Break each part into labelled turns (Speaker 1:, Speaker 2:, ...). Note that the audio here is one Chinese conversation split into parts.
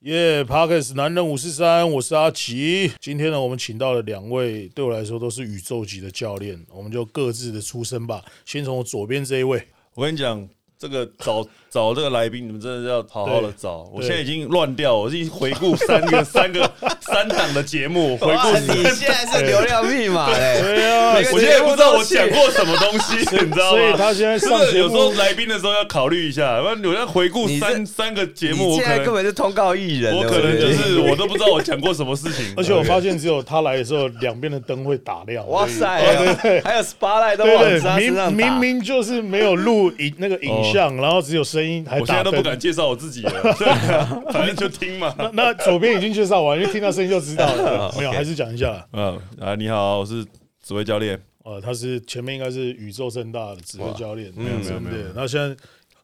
Speaker 1: 耶、p a r k e s 男人五四三，我是阿奇。今天呢，我们请到了两位对我来说都是宇宙级的教练，我们就各自的出身吧。先从我左边这一位，
Speaker 2: 我跟你讲，这个 找找这个来宾，你们真的是要好好的找。我
Speaker 1: 对
Speaker 2: 现在已经乱掉，我已经回顾三 个三个三档的节目，回顾
Speaker 3: 哇，
Speaker 2: 三
Speaker 3: 啊你现在是流量密码 嘞！
Speaker 1: 对啊，
Speaker 3: 每个
Speaker 2: 我现在
Speaker 3: 节目
Speaker 2: 不知道
Speaker 3: 都
Speaker 2: 我
Speaker 3: 是
Speaker 2: 讲过什么东 西，哎你知道
Speaker 1: 所以
Speaker 2: 吗？
Speaker 1: 他现在
Speaker 2: 真
Speaker 1: 上
Speaker 2: 的
Speaker 1: 节
Speaker 2: 有时
Speaker 1: 目
Speaker 2: 候，来宾的时候要考虑一下，不然我在回顾
Speaker 3: 你这
Speaker 2: 三三个节目，
Speaker 3: 你
Speaker 2: 我
Speaker 3: 现
Speaker 2: 可
Speaker 3: 在根
Speaker 2: 能
Speaker 3: 本是通告艺人了，
Speaker 2: 我可能就
Speaker 3: 觉得
Speaker 2: 是我都不知道我讲过什么事情。
Speaker 1: 而且我发现只有他来的时候，两边的灯会打亮。
Speaker 3: 哇塞，啊还有 spotlight 都
Speaker 1: 对
Speaker 3: 往
Speaker 1: 对，
Speaker 3: 他身
Speaker 1: 明
Speaker 3: 上
Speaker 1: 明
Speaker 3: 打。
Speaker 1: 明就是没有录影那个影像，然后只有声音，还
Speaker 2: 哦我现在
Speaker 1: 打
Speaker 2: 都不
Speaker 1: 灯。
Speaker 2: 敢介绍我自己了， 对啊反正就听嘛。
Speaker 1: 那那左边已经介绍完，因为听到声音就知道
Speaker 2: 哦
Speaker 1: 了。没有，还是讲一下。
Speaker 2: 嗯啊，你好，我是紫薇教练。
Speaker 1: 呃，他是前面应该是宇宙盛大的指挥教练，
Speaker 2: 没有没有
Speaker 1: 对不
Speaker 2: 没有
Speaker 1: 对？那现在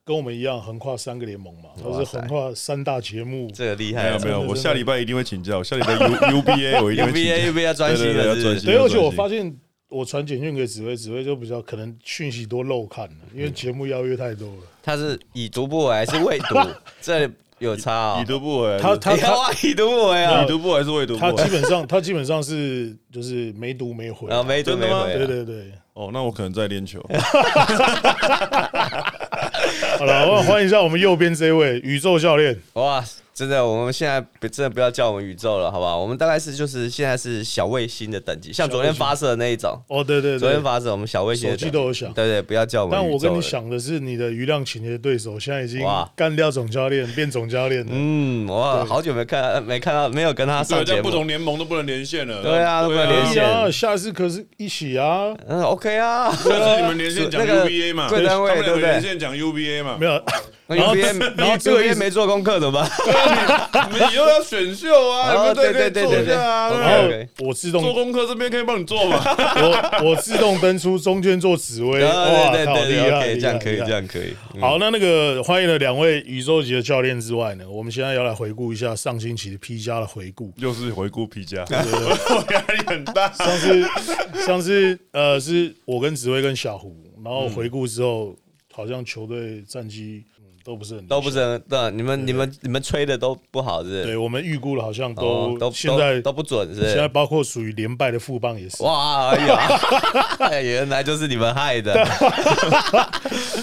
Speaker 1: 跟我们一样，横跨三个联盟嘛，他是
Speaker 3: 哇塞
Speaker 1: 横跨三大节目。
Speaker 3: 这个厉
Speaker 2: 没
Speaker 3: 害啊
Speaker 2: 有
Speaker 3: 了
Speaker 2: 没
Speaker 1: 真
Speaker 2: 有，
Speaker 1: 的
Speaker 2: 我
Speaker 1: 真
Speaker 2: 下
Speaker 1: 的
Speaker 2: 礼拜一定会请教，下礼拜 U U B A 我一定会请
Speaker 3: ！UVA
Speaker 2: 教。
Speaker 3: UVA 要专心
Speaker 2: 对对
Speaker 3: 的
Speaker 2: 对要专
Speaker 3: 是
Speaker 2: 心
Speaker 1: 对，而且我发现我传简讯给紫薇，紫薇就比较可能讯息多漏看了，因为节目邀约太多了。
Speaker 3: 他是已读不回还是未读？这有差
Speaker 2: 已
Speaker 3: 哦。
Speaker 2: 读嗯不回，
Speaker 1: 他他
Speaker 3: 你要
Speaker 1: 他
Speaker 3: 啊，已读不回啊
Speaker 2: 已，读不回还是未读
Speaker 1: 他
Speaker 2: 不
Speaker 1: 基
Speaker 2: 回？
Speaker 1: 本上他基本上是就是没读没回
Speaker 3: 然。后没读
Speaker 2: 真的
Speaker 3: 没
Speaker 2: 吗
Speaker 3: 回
Speaker 1: 对
Speaker 3: 啊。
Speaker 1: 对对，
Speaker 2: 哦，那我可能在练球。
Speaker 1: 好了，我欢迎一下我们右边这位宇宙教练。
Speaker 3: 哇，真的，我们现在不真的不要叫我们宇宙了，好不好？我们大概是就是现在是小卫星的等级，像昨天发射的那一种。
Speaker 1: 哦，对对
Speaker 3: 昨
Speaker 1: 对
Speaker 3: 天，发射我们小卫星的
Speaker 1: 手
Speaker 3: 等级
Speaker 1: 机都有响。
Speaker 3: 对对，不要叫我们。
Speaker 1: 但我跟你，想的是，你的余量情的对手现在已经
Speaker 3: 哇
Speaker 1: 干掉总教练，变总教练了。
Speaker 3: 嗯，我好久没看没看到没有跟他上
Speaker 2: 对，
Speaker 3: 节
Speaker 2: 在
Speaker 3: 目
Speaker 2: 不。同联盟都不能连线了。
Speaker 3: 对啊都不能连
Speaker 1: 可以
Speaker 3: 线
Speaker 1: 啊，下次可是一起啊，
Speaker 3: 嗯，OK 啊，
Speaker 2: 上次你们连线讲
Speaker 3: 那个
Speaker 2: UVA 嘛，他
Speaker 3: 贵单位
Speaker 2: 们两
Speaker 3: 对
Speaker 2: 个
Speaker 3: 不对
Speaker 2: 连线讲 UVA 嘛
Speaker 1: 没，有，
Speaker 3: 那
Speaker 1: 然后
Speaker 3: UVA
Speaker 1: 然后这个意
Speaker 3: UVA
Speaker 1: 思
Speaker 3: 没做功课怎么办？
Speaker 2: 你们以后要选秀啊，
Speaker 3: 哦
Speaker 2: 你们对
Speaker 3: 对对
Speaker 2: 做一
Speaker 3: 对对哦
Speaker 2: 下啊。
Speaker 3: 对
Speaker 2: 对
Speaker 1: 然
Speaker 2: 不
Speaker 1: 后
Speaker 3: OK，OK
Speaker 1: 我自
Speaker 2: 对做
Speaker 1: 动
Speaker 2: 功课这边可以帮你做嘛？
Speaker 1: 我我自动登出，中间做紫薇，哇，
Speaker 3: 啊对对
Speaker 1: 好
Speaker 3: 对
Speaker 1: 厉
Speaker 3: 对
Speaker 1: 害，
Speaker 3: ，OK，
Speaker 1: 厉
Speaker 3: 这样
Speaker 1: 害
Speaker 3: 可以，
Speaker 1: 厉害
Speaker 3: 这样可以。嗯
Speaker 1: 好，那那个欢迎了两位宇宙级的教练之外呢，我们现在要来回顾一下上星期的 P 加的回 顾。
Speaker 2: 又是回顾皮夹，我 压力很大。
Speaker 1: 上次上次呃，是我跟紫薇跟小胡，然后回顾之后，好像球队战绩、嗯都不是很理
Speaker 3: 都不
Speaker 1: 想
Speaker 3: 是很对，你们你们你们吹的都不好是不是？
Speaker 1: 对我们预估了，好像
Speaker 3: 哦
Speaker 1: 都
Speaker 3: 都
Speaker 1: 现在
Speaker 3: 都都不准是不
Speaker 1: 现在
Speaker 3: 是？
Speaker 1: 包括属于连败的副帮也是，
Speaker 3: 哇，哎呀， 哎原来就是你们害的。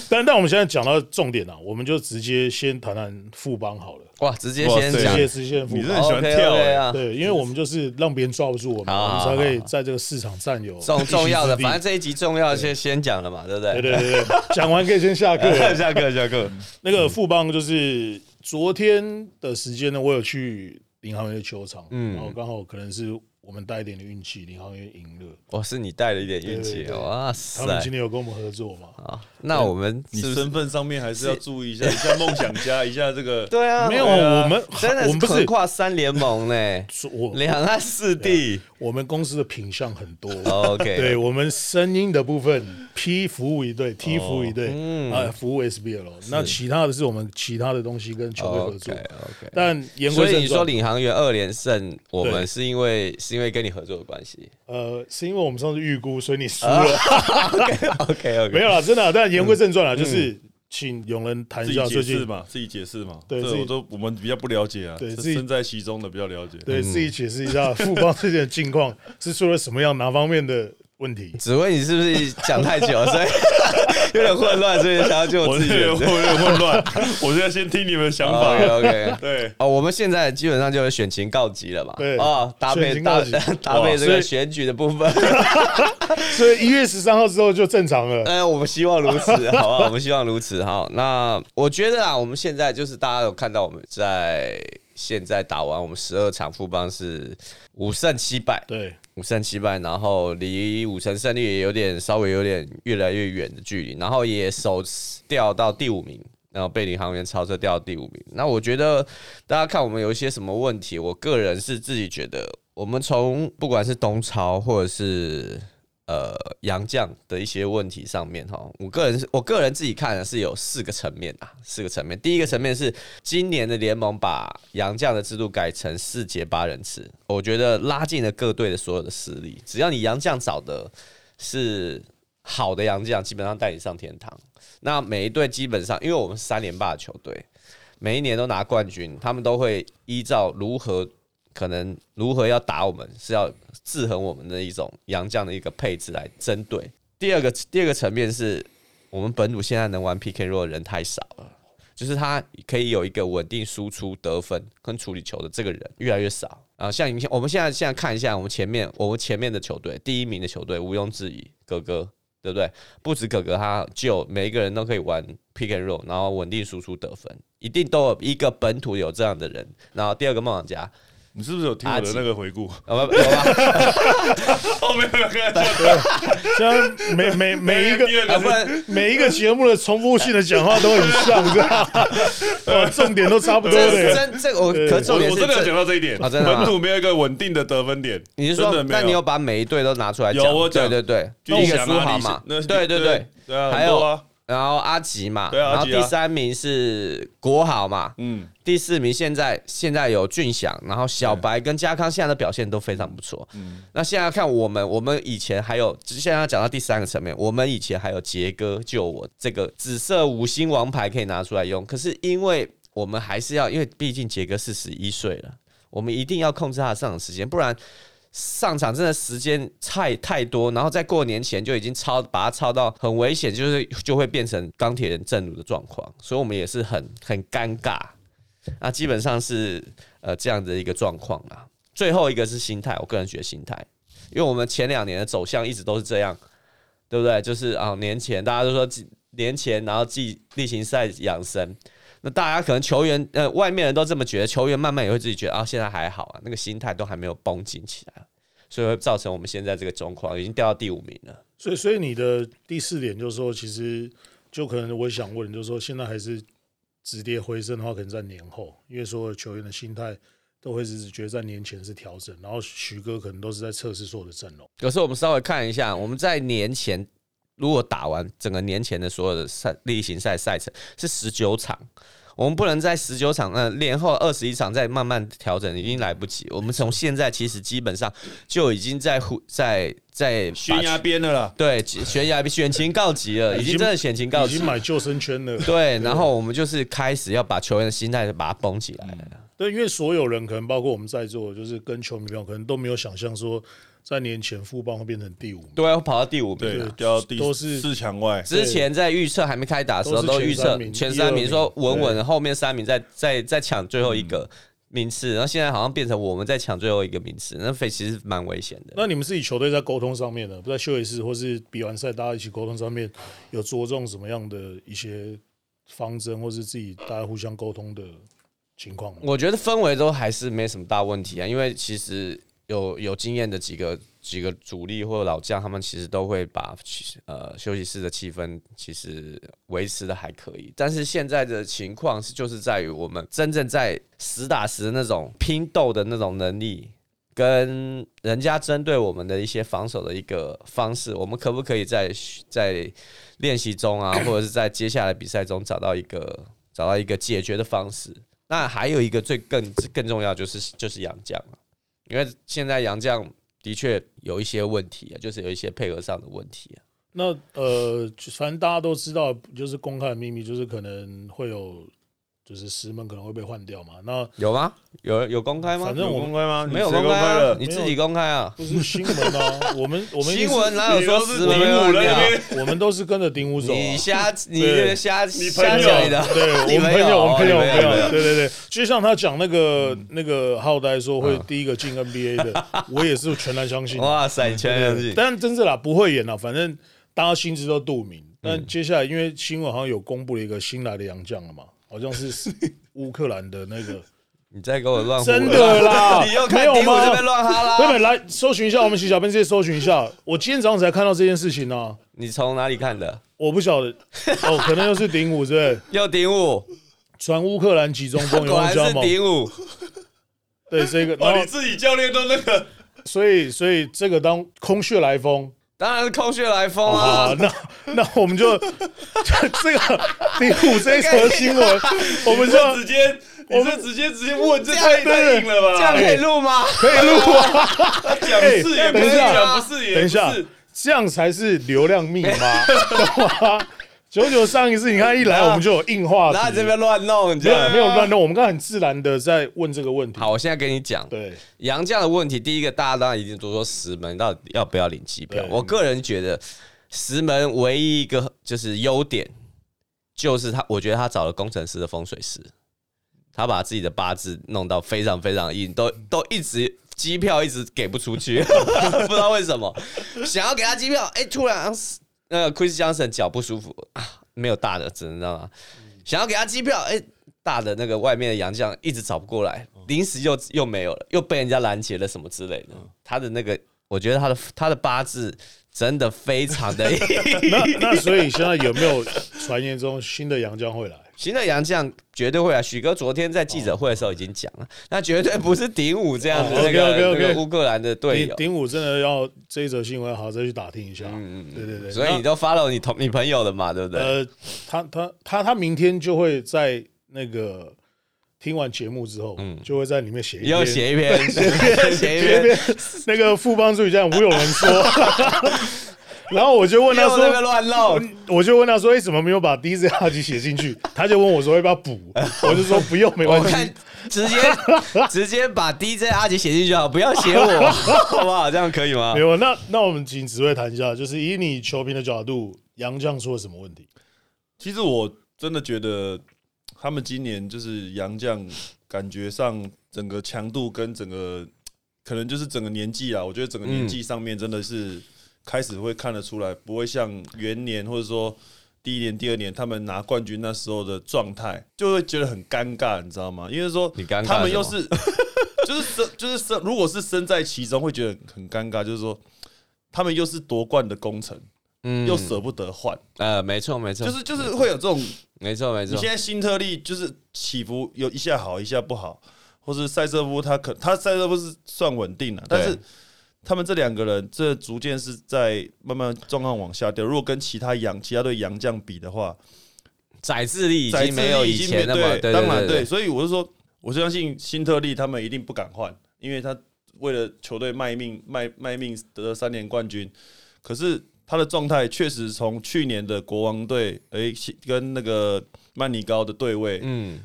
Speaker 1: 但但我们现在讲到重点啊，我们就直接先谈谈副帮好了，
Speaker 3: 哇，直接
Speaker 2: 哇
Speaker 3: 先
Speaker 2: 塞
Speaker 1: 直
Speaker 3: 讲
Speaker 1: 接直接副
Speaker 2: 你真的
Speaker 1: 帮。
Speaker 2: 很喜欢跳欸
Speaker 3: OK，OK 啊，
Speaker 1: 对，因为我们就是让别人抓不住我们，
Speaker 3: 好
Speaker 1: 我
Speaker 3: 好
Speaker 1: 们
Speaker 3: 好
Speaker 1: 才可以在这个市场占有
Speaker 3: 啊重重要的，
Speaker 1: 一席之地
Speaker 3: 反正这一集重要的先先讲了嘛，对不
Speaker 1: 对嗯
Speaker 3: 对？
Speaker 1: 对对对，讲完可以先下课了。
Speaker 3: 下课下课，
Speaker 1: 那个富邦就是昨天的时间呢，我有去领航员的球场，
Speaker 3: 嗯
Speaker 1: 然后刚好可能是我们带一点的运气，领航员赢了。
Speaker 3: 我是你带了一点运
Speaker 1: 对
Speaker 3: 气，
Speaker 1: 对对
Speaker 3: 哇
Speaker 1: 他们
Speaker 3: 塞
Speaker 1: 今！天有跟我们合作嘛？
Speaker 3: 啊，那我们
Speaker 2: 你
Speaker 3: 是不是
Speaker 2: 身份上面还是要注意一下，一下梦想家，一下这个。
Speaker 3: 对啊，
Speaker 1: 没有，
Speaker 3: 对啊
Speaker 1: 我们
Speaker 3: 真的
Speaker 1: 我们不是
Speaker 3: 横跨三联盟呢，
Speaker 1: 说我
Speaker 3: 两岸四地。
Speaker 1: 我们公司的品相很多。
Speaker 3: OK，哦
Speaker 1: 对我们声音的部分，P 服务一队，T 服务一队，
Speaker 3: 嗯
Speaker 1: 啊，服务 SBL。那其他的是我们其他的东西跟球队合作。
Speaker 3: OK OK。
Speaker 1: 但言
Speaker 3: 所
Speaker 1: 归
Speaker 3: 以你
Speaker 1: 正
Speaker 3: 说
Speaker 1: 传，
Speaker 3: 领航员二连胜，我
Speaker 1: 对
Speaker 3: 们是因为是因为跟你合作的关系。
Speaker 1: 呃，是因为我们上次预估，所以你输
Speaker 3: 啊
Speaker 1: 了。
Speaker 3: OK OK，
Speaker 1: 没有啦，真的啊。但言归正
Speaker 3: 嗯
Speaker 1: 传啦，就是请永仁谈
Speaker 2: 自
Speaker 1: 一
Speaker 2: 己
Speaker 1: 下
Speaker 2: 解
Speaker 1: 最
Speaker 2: 释
Speaker 1: 近
Speaker 2: 嘛，自己解释嘛，
Speaker 1: 对
Speaker 2: 这
Speaker 1: 自己
Speaker 2: 我都我们比较不了解啊，
Speaker 1: 对
Speaker 2: 这
Speaker 1: 自己
Speaker 2: 身在其中的比较了解。
Speaker 1: 对
Speaker 3: 嗯
Speaker 1: 自己解释一下 富邦最近的近况是出了什么样哪方面的问题？
Speaker 3: 只问你是不是讲太久，所以 有点混乱，所以想要救
Speaker 2: 我
Speaker 3: 自
Speaker 2: 这
Speaker 3: 己
Speaker 2: 个有
Speaker 3: 人。
Speaker 2: 点混乱，我现在先听你们的想法。
Speaker 3: 啊 OK OK。
Speaker 2: 对，
Speaker 3: 哦，我们现在基本上就是选情告急了嘛，
Speaker 1: 对
Speaker 3: 哦，搭
Speaker 1: 选
Speaker 3: 配
Speaker 1: 情告
Speaker 3: 搭
Speaker 1: 急
Speaker 3: 搭
Speaker 1: 哇
Speaker 3: 配这
Speaker 1: 所以
Speaker 3: 个选举的部分，
Speaker 1: 所以一月十三号之后就正常了。
Speaker 3: 呃，我们希望如此，好吧，我们希望如此，好。那我觉得啊，我们现在就是大家有看到我们在现在打完我们十二场副帮是五胜七败，
Speaker 1: 对，
Speaker 3: 五胜七败，然后离五成胜率也有点稍微有点越来越远的距离，然后也首次掉到第五名，然后被领航员超车掉到第五名。那我觉得大家看我们有一些什么问题，我个人是自己觉得，我们从不管是东超或者是呃杨将的一些问题上面哈，我个人是我个人自己看的是有四个层面啊，四个层面。第一个层面是今年的联盟把杨将的制度改成四节八人次，我觉得拉近了各队的所有的实力。只要你杨将找的是好的杨将，基本上带你上天堂。那每一队基本上，因为我们是三连霸的球队，每一年都拿冠军，他们都会依照如何可能如何要打我们，是要制衡我们的一种洋将的一个配置来针对。第二个第二个层面是我们本土现在能玩 PK 弱的人太少了，就是他可以有一个稳定输出得分跟处理球的这个人越来越少。啊，像你我们现在现在看一下我们前面我们前面的球队第一名的球队毋庸置疑，哥哥对不对？不止哥哥他就每一个人都可以玩 pick and roll，然后稳定输出得分，一定都有一个本土有这样的人。然后第二个梦想家，
Speaker 2: 你是不是有听我的那个回顾？
Speaker 3: 啊不有吧？
Speaker 2: 哦，没有没有，刚才
Speaker 1: 现在每每每一个
Speaker 2: 第二
Speaker 3: 啊不
Speaker 2: 个
Speaker 3: 然
Speaker 1: 每一个节目的重复性的讲话都很像，这 样，呃，重点都差不多
Speaker 3: 这
Speaker 1: 的。
Speaker 3: 这这个我，可是
Speaker 2: 是我
Speaker 3: 重点
Speaker 2: 我
Speaker 3: 是
Speaker 2: 真的有
Speaker 3: 这
Speaker 2: 讲到这一点
Speaker 3: 啊真的啊
Speaker 2: 本土没有一个稳定的得分点。
Speaker 3: 你是
Speaker 2: 真
Speaker 3: 说
Speaker 2: 的，没
Speaker 3: 那你有把每一队都拿出来讲？
Speaker 2: 有我
Speaker 3: 对
Speaker 2: 讲
Speaker 3: 对对，
Speaker 2: 军
Speaker 3: 一个
Speaker 2: 翔
Speaker 3: 苏
Speaker 2: 啊，
Speaker 3: 豪
Speaker 2: 李
Speaker 3: 嘛，
Speaker 2: 翔那
Speaker 3: 对对对。
Speaker 2: 对啊，
Speaker 3: 还嗯
Speaker 2: 很多啊，
Speaker 3: 然后阿吉嘛，
Speaker 2: 对啊
Speaker 3: 然后
Speaker 2: 阿吉
Speaker 3: 第
Speaker 2: 啊
Speaker 3: 三名是国豪嘛，
Speaker 2: 嗯，
Speaker 3: 第四名现在现在有俊祥，然后小白跟嘉康现在的表现都非常不错。那现在看我们，我们以前还有，现在要讲到第三个层面，我们以前还有杰哥救我这个紫色五星王牌可以拿出来用，可是因为我们还是要，因为毕竟杰哥四十一岁了，我们一定要控制他的上场时间，不然上场真的时间太太多，然后在过年前就已经超把它超到很危险，就是就会变成钢铁人正如的状况，所以我们也是很很尴尬。那基本上是呃这样的一个状况啦。最后一个是心态，我个人觉得心态，因为我们前两年的走向一直都是这样，对不对？就是啊、年前大家都说季年前，然后季例行赛养生。那大家可能球员呃外面人都这么觉得，球员慢慢也会自己觉得啊，现在还好啊，那个心态都还没有绷紧起来，所以会造成我们现在这个状况，已经掉到第五名了。
Speaker 1: 所以，所以你的第四点就是说，其实就可能我想问，就是说现在还是止跌回升的话，可能在年后，因为所有球员的心态都会是觉得在年前是调整，然后徐哥可能都是在测试所有的阵容。
Speaker 3: 可是我们稍微看一下，我们在年前如果打完整个年前的所有的赛例行赛赛程是十九场，我们不能在十九场，嗯、连后二十一场再慢慢调整，已经来不及。我们从现在其实基本上就已经在呼在在把
Speaker 2: 悬崖边的啦，
Speaker 3: 对悬崖选情告急了，已经真的选情告
Speaker 1: 已
Speaker 3: 急
Speaker 1: 经
Speaker 3: 了。
Speaker 1: 买救生圈了。
Speaker 3: 对，然后我们就是开始要把球员的心态把它绷起来了。
Speaker 1: 对，因为所有人可能包括我们在座，就是跟球迷朋友，可能都没有想象说在年前富邦会变成第五名。
Speaker 3: 对，要跑到第五名
Speaker 2: 对啊
Speaker 3: 了。，
Speaker 2: 掉到第
Speaker 1: 都是
Speaker 2: 四强外。
Speaker 3: 之前在预测还没开打的时候，
Speaker 1: 都
Speaker 3: 都
Speaker 1: 是
Speaker 3: 预
Speaker 1: 前
Speaker 3: 测
Speaker 1: 三名
Speaker 3: 前
Speaker 1: 一
Speaker 3: 三
Speaker 1: 二
Speaker 3: 名，
Speaker 1: 名嗯
Speaker 3: 说稳稳，后面三名再再再抢最后一个名次，然后现在好像变成我们在抢最后一个名次，那非其实蛮危险的。
Speaker 1: 那你们自己球队在沟通上面呢，在休息室或是比完赛大家一起沟通上面，有着重什么样的一些方针，或是自己大家互相沟通的情况吗？
Speaker 3: 我觉得氛围都还是没什么大问题啊，因为其实有有经验的几个几个主力或老将，他们其实都会把其呃休息室的气氛其实维持的还可以。但是现在的情况是，就是在于我们真正在实打实的那种拼斗的那种能力。跟人家针对我们的一些防守的一个方式，我们可不可以在在练习中啊，或者是在接下来比赛中找到一个找到一个解决的方式？那还有一个最更更重要就是就是杨绛了，因为现在杨绛的确有一些问题啊，就是有一些配合上的问题啊。
Speaker 1: 那呃，就反正大家都知道，就是公开的秘密，就是可能会有，就是石门可能会被换掉嘛。那
Speaker 3: 有吗？有有公开吗？
Speaker 1: 反正
Speaker 2: 有
Speaker 1: 我
Speaker 2: 公开吗？
Speaker 3: 没有
Speaker 2: 你谁
Speaker 3: 公开
Speaker 2: 开
Speaker 3: 啊
Speaker 2: 了，
Speaker 3: 你自己公开啊。
Speaker 1: 不是新闻 啊，我们我们一直
Speaker 3: 新闻哪有啊
Speaker 2: 你
Speaker 3: 说
Speaker 2: 都是
Speaker 3: 十门
Speaker 2: 顶
Speaker 3: 被换
Speaker 2: 五了那
Speaker 3: 掉？
Speaker 2: 边
Speaker 1: 我们都是跟着丁武走、啊。
Speaker 3: 你瞎，你
Speaker 1: 对
Speaker 3: 这瞎
Speaker 2: 你
Speaker 3: 瞎
Speaker 2: 朋友
Speaker 3: 讲你 的，
Speaker 1: 对，
Speaker 3: 你
Speaker 1: 我们朋
Speaker 3: 没有
Speaker 1: 友，我们朋友，我
Speaker 3: 你
Speaker 1: 们
Speaker 3: 没有嗯
Speaker 1: 朋友，对对对，就像他讲那个那个浩呆说会第一个进 NBA 的，我也是全然相信。
Speaker 3: 哇塞，全相信。
Speaker 1: 但真是啦，不会演啦，反正大家心知都肚明。
Speaker 3: 嗯
Speaker 1: 但接下来，因为新闻好像有公布了一个新来的洋将了嘛，好像 是乌克兰的那个，
Speaker 3: 你再给我乱胡
Speaker 1: 真的啦
Speaker 3: 你又
Speaker 1: 没
Speaker 3: 看
Speaker 1: 有
Speaker 3: 丁武
Speaker 1: 吗
Speaker 3: 这边乱哈
Speaker 1: 妹
Speaker 3: 啦。
Speaker 1: 妹来搜寻一下，我们请小编直接搜寻一 下。我今天早上才看到这件事情呢、啊，
Speaker 3: 你从哪里看的？
Speaker 1: 我不 晓得，哦，可能又是顶武是不是？
Speaker 3: 又顶五，
Speaker 1: 传乌克兰集中风，有
Speaker 3: 果
Speaker 1: 忘
Speaker 3: 然
Speaker 1: 记
Speaker 3: 是
Speaker 1: 吗？
Speaker 3: 顶五。
Speaker 1: 对这个，然
Speaker 2: 哦，
Speaker 1: 后
Speaker 2: 你自己教练都那个，
Speaker 1: 所以所以这个当空穴来风。
Speaker 3: 当然是空穴来风啊
Speaker 1: 啊，！那那我们就 这个第五这一则新闻，我们
Speaker 2: 你
Speaker 1: 就是
Speaker 2: 直接，
Speaker 1: 我
Speaker 2: 你
Speaker 1: 们
Speaker 2: 是直接直接问，这太太硬了吧？
Speaker 3: 这样可以录吗？
Speaker 1: 可以录啊。
Speaker 2: 他讲是啊也不
Speaker 1: 哎等一
Speaker 2: 是，
Speaker 1: 下
Speaker 2: 讲不是也
Speaker 1: 等
Speaker 2: 不
Speaker 1: 一下
Speaker 2: 是。，
Speaker 1: 这样才是流量密码，懂吗？九九上一次你看一来我们就有硬化题，
Speaker 3: 然后你这边乱弄，你知
Speaker 1: 啊没有
Speaker 3: 道吗
Speaker 1: 没有乱弄，我们刚才很自然的在问这个问题。
Speaker 3: 好，我现在跟你讲，
Speaker 1: 对，
Speaker 3: 杨绛的问题，第一个大家当然已经都说石门到底要不要领机票。
Speaker 1: 对
Speaker 3: 我个人觉得石门唯一一个就是优点，就是他，我觉得他找了工程师的风水师，他把自己的八字弄到非常非常硬，都都一直。机票一直给不出去，不知道为什么。想要给他机票，哎、突然那个 Chris Johnson 脚不舒服啊，没有大的，只能知道吗？想要给他机票，哎、大的那个外面的洋将一直找不过来，
Speaker 1: 嗯
Speaker 3: 临时又又没有了，又被人家拦截了什么之类
Speaker 1: 嗯
Speaker 3: 的。他的那个，我觉得他的他的八字真的非 常的硬。
Speaker 1: 那那所以现在有没有传言中新的杨将会来？
Speaker 3: 新的洋将绝对会来，许哥昨天在记者会的时候已经讲了，那绝对不是顶武这样子
Speaker 1: 哦
Speaker 3: 那个、
Speaker 1: OK，OK，OK
Speaker 3: 那个乌克兰的队
Speaker 1: 顶
Speaker 3: 友。
Speaker 1: 顶武真的要这一则新闻好好再去打听一下。嗯嗯，对对对。
Speaker 3: 所以你都 follow 你同你朋友的嘛，对不对？
Speaker 1: 呃，他他他他明天就会在那个听完节目之后，就会在里面写一
Speaker 3: 又
Speaker 1: 篇
Speaker 3: 嗯写一篇， 写一篇，
Speaker 1: 边那个富邦助理站，吴有人 说，然后我就问他
Speaker 3: 又在那边
Speaker 1: 说，
Speaker 3: 乱弄。
Speaker 1: 我就问他说，哎、怎么没有把 DJ 哈吉写进去？他就问我说要不要补，我就说不用，没关
Speaker 3: 我看
Speaker 1: 系。
Speaker 3: 直接直接把 DJ 阿杰写进去好，不要写 我，好不好？这样可以吗
Speaker 1: 没？有，那那我们请紫薇谈一下，就是以你球评的角度，杨绛出了什么问题？
Speaker 2: 其实我真的觉得他们今年就是杨将，感觉上整个强度跟整个可能就是整个年纪啊，我觉得整个年纪上面真的是开始会看得出来，不会像元年或者说第一年、第二年他们拿冠军那时候的状态，就会觉得很尴尬，你知道吗？因为说
Speaker 3: 你尴尬
Speaker 2: 他们
Speaker 3: 什么
Speaker 2: 又是 就是身就是身，如果是身在其中，会觉得很尴尬，就是说他们又是夺冠的功臣，
Speaker 3: 嗯
Speaker 2: 又舍不得换，
Speaker 3: 呃，没错没错，
Speaker 2: 就是就是会有这种。
Speaker 3: 没错没
Speaker 2: 你
Speaker 3: 错
Speaker 2: 现，在新特利就是起伏有一下好一下不好，或是塞瑟夫他可他塞瑟夫是算稳定了，但是他们这两个人这逐渐是在慢慢状况往下掉。如果跟其他洋其他队洋将比的话，
Speaker 3: 宰智力已
Speaker 2: 宰
Speaker 3: 经
Speaker 2: 治
Speaker 3: 没有
Speaker 2: 已
Speaker 3: 以
Speaker 2: 经
Speaker 3: 前那
Speaker 2: 没
Speaker 3: 么
Speaker 2: 对，当然
Speaker 3: 对
Speaker 2: 对，，所以我是说，我相信新特利他们一定不敢换，因为他为了球队卖命卖卖命得了三连冠军，可是他的状态确实从去年的国王队，诶，跟那个曼尼高的对位，
Speaker 3: 嗯，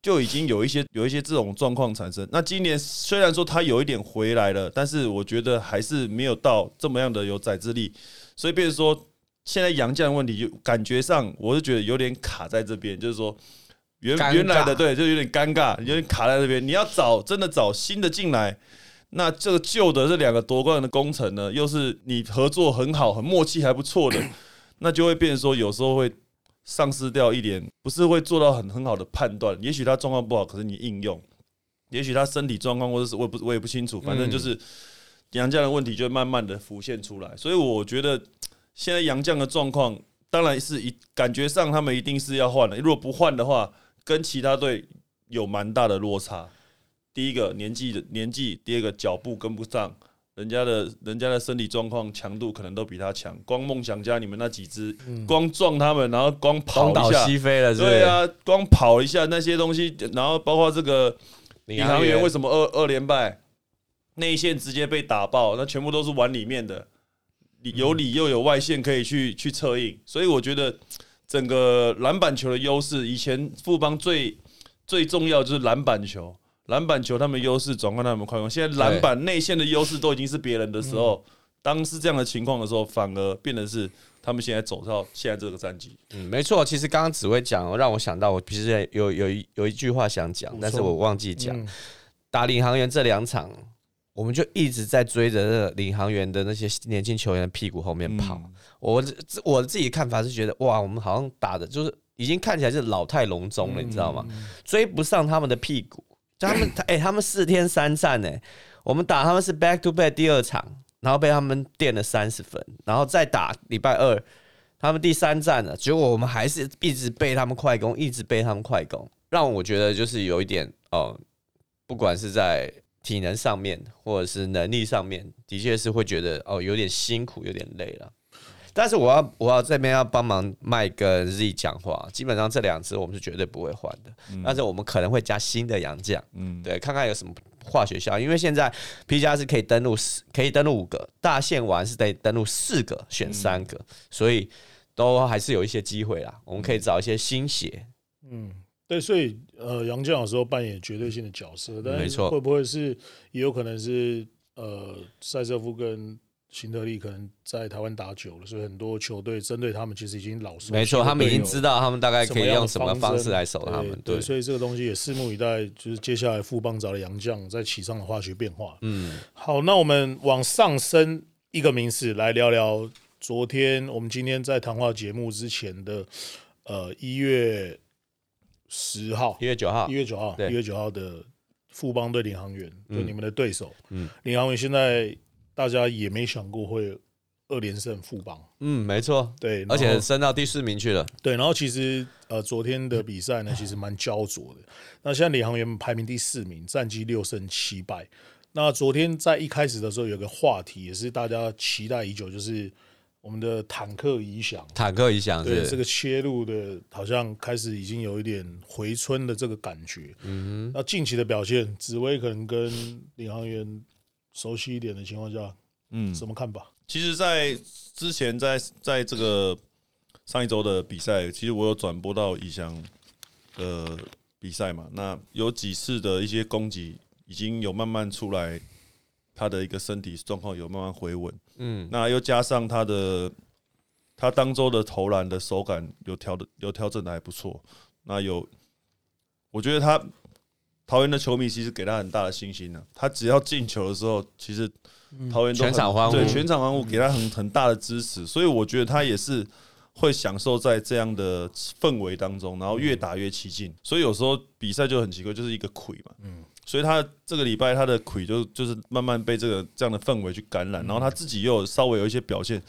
Speaker 2: 就已经有一些有一些这种状况产生。那今年虽然说他有一点回来了，但是我觉得还是没有到这么样的有宰制力，所以变成说现在杨将的问题就感觉上，我是觉得有点卡在这边，就是说原
Speaker 3: 尴尬
Speaker 2: 原来的对，就有点尴尬，有点卡在这边。你要找真的找新的进来。那这个旧的这两个夺冠的工程呢，又是你合作很好、很默契还不错的，那就会变成说有时候会丧失掉一点，不是会做到很很好的判断。也许他状况不好，可是你应用，也许他身体状况或者是我也不我也不清楚，反正就是杨绛的问题就会慢慢的浮现出来。所以我觉得现在杨绛的状况，当然是一感觉上他们一定是要换了，如果不换的话，跟其他队有蛮大的落差。第一个年纪的年纪，第二个脚步跟不上，人家的人家的身体状况强度可能都比他强。光梦想家你们那几只，光撞他们，然后光跑
Speaker 3: 嗯东倒
Speaker 2: 一下，
Speaker 3: 西飞了，是不
Speaker 2: 对
Speaker 3: 是？
Speaker 2: 啊，光跑一下那些东西，然后包括这个
Speaker 3: 领
Speaker 2: 领航员为什么二二连败，内线直接被打爆，那全部都是玩里面的，里有里又有外线可以去去策应，所以我觉得整个篮板球的优势，以前富邦最最重要就是篮板球。篮板球他们优势转换他们快攻，现在篮板内线的优势都已经是别人的时候，当是这样的情况的时候，反而变得是他们现在走到现在这个战绩。
Speaker 3: 嗯，没错，其实刚刚紫薇讲哦，让我想到我其实有有一有一句话想讲，但是我忘记讲。
Speaker 1: 嗯
Speaker 3: 打领航员这两场，我们就一直在追着那个领航员的那些年轻球员的屁股后
Speaker 2: 嗯
Speaker 3: 面跑。我自我自己的看法是觉得，哇，我们好像打的就是已经看起来是老态龙钟了，你知道吗？追不上他们的屁股，就他们哎、他们四天三战哎、我们打他们是 back to back 第二场，然后被他们垫了三十分，然后再打礼拜二。他们第三战了，结果我们还是一直被他们快攻，一直被他们快攻，让我觉得就是有一点哦、不管是在体能上面或者是能力上面，的确是会觉得哦有点辛苦，有点累了。但是我要我要这边要帮忙麦跟 Z 讲话，基本上这两支我们是绝对不会换的，但是我们可能会加新的洋将，
Speaker 2: 嗯，
Speaker 3: 对，看看有什么化学效应。因为现在 P 加是可以登录四，可以登录五个，大限完是得登录四个，选三个，所以都还是有一些机会啦。我们可以找一些新血，
Speaker 1: 嗯，对，所以呃，杨绛有时候扮演绝对性的角色，但
Speaker 3: 没
Speaker 1: 是
Speaker 3: 错
Speaker 1: 会不会是也有可能是呃，塞瑟夫跟辛德利可能在台湾打久了，所以很多球队针对他们其实已经老熟悉了，
Speaker 3: 没错，他们已经
Speaker 1: 对
Speaker 3: 知道他们大概哎可以用什么
Speaker 1: 么
Speaker 3: 方式来守
Speaker 1: 守
Speaker 3: 他们。
Speaker 1: 对，
Speaker 3: 对，
Speaker 1: 所以这个东西也拭目以待，就是接下来富邦找了杨绛在棋上的化学变化。
Speaker 3: 嗯，
Speaker 1: 好，那我们往上升一个名次来聊聊昨天我们今天在谈话节目之前的呃一月十号
Speaker 3: 一，月九号
Speaker 1: 一，月九号，
Speaker 3: 对
Speaker 1: 一月九号的富邦对领航员，就你们的对手。
Speaker 3: 嗯
Speaker 1: 嗯，领航员现在大家也没想过会二连胜富邦，
Speaker 3: 嗯，没错，
Speaker 1: 对，然后
Speaker 3: 而且升到第四名去了。
Speaker 1: 对，然后其实呃，昨天的比赛呢，其实蛮焦灼的。那现在领航员排名第四名，战绩六胜七败。那昨天在一开始的时候，有个话题也是大家期待已久，就是我们的坦克理想。
Speaker 3: 坦克一响
Speaker 1: 对
Speaker 3: 是
Speaker 1: 这个切入的，好像开始已经有一点回春的这个感觉。嗯那近期的表现，紫薇可能跟领航员熟悉一点的情况下，
Speaker 2: 嗯，
Speaker 1: 什么看法？
Speaker 2: 其实，在之前在在这个上一周的比赛，其实我有转播到以翔的比赛嘛，那有几次的一些攻击已经有慢慢出来，他的一个身体状况有慢慢回稳，
Speaker 3: 嗯，
Speaker 2: 那又加上他的他当周的投篮的手感有调的有调整的还不错，那有我觉得他桃园的球迷其实给他很大的信心呢、啊他只要进球的时候，其实桃园都很
Speaker 3: 全场欢呼
Speaker 2: 对全场欢呼，给他很很大的支持，所以我觉得他也是会享受在这样的氛围当中，然后越打越起劲。所以有时候比赛就很奇怪，就是一个魁嘛，嗯，所以他这个礼拜他的魁就就是慢慢被这个这样的氛围去感染，然后他自己又有稍微有一些表现。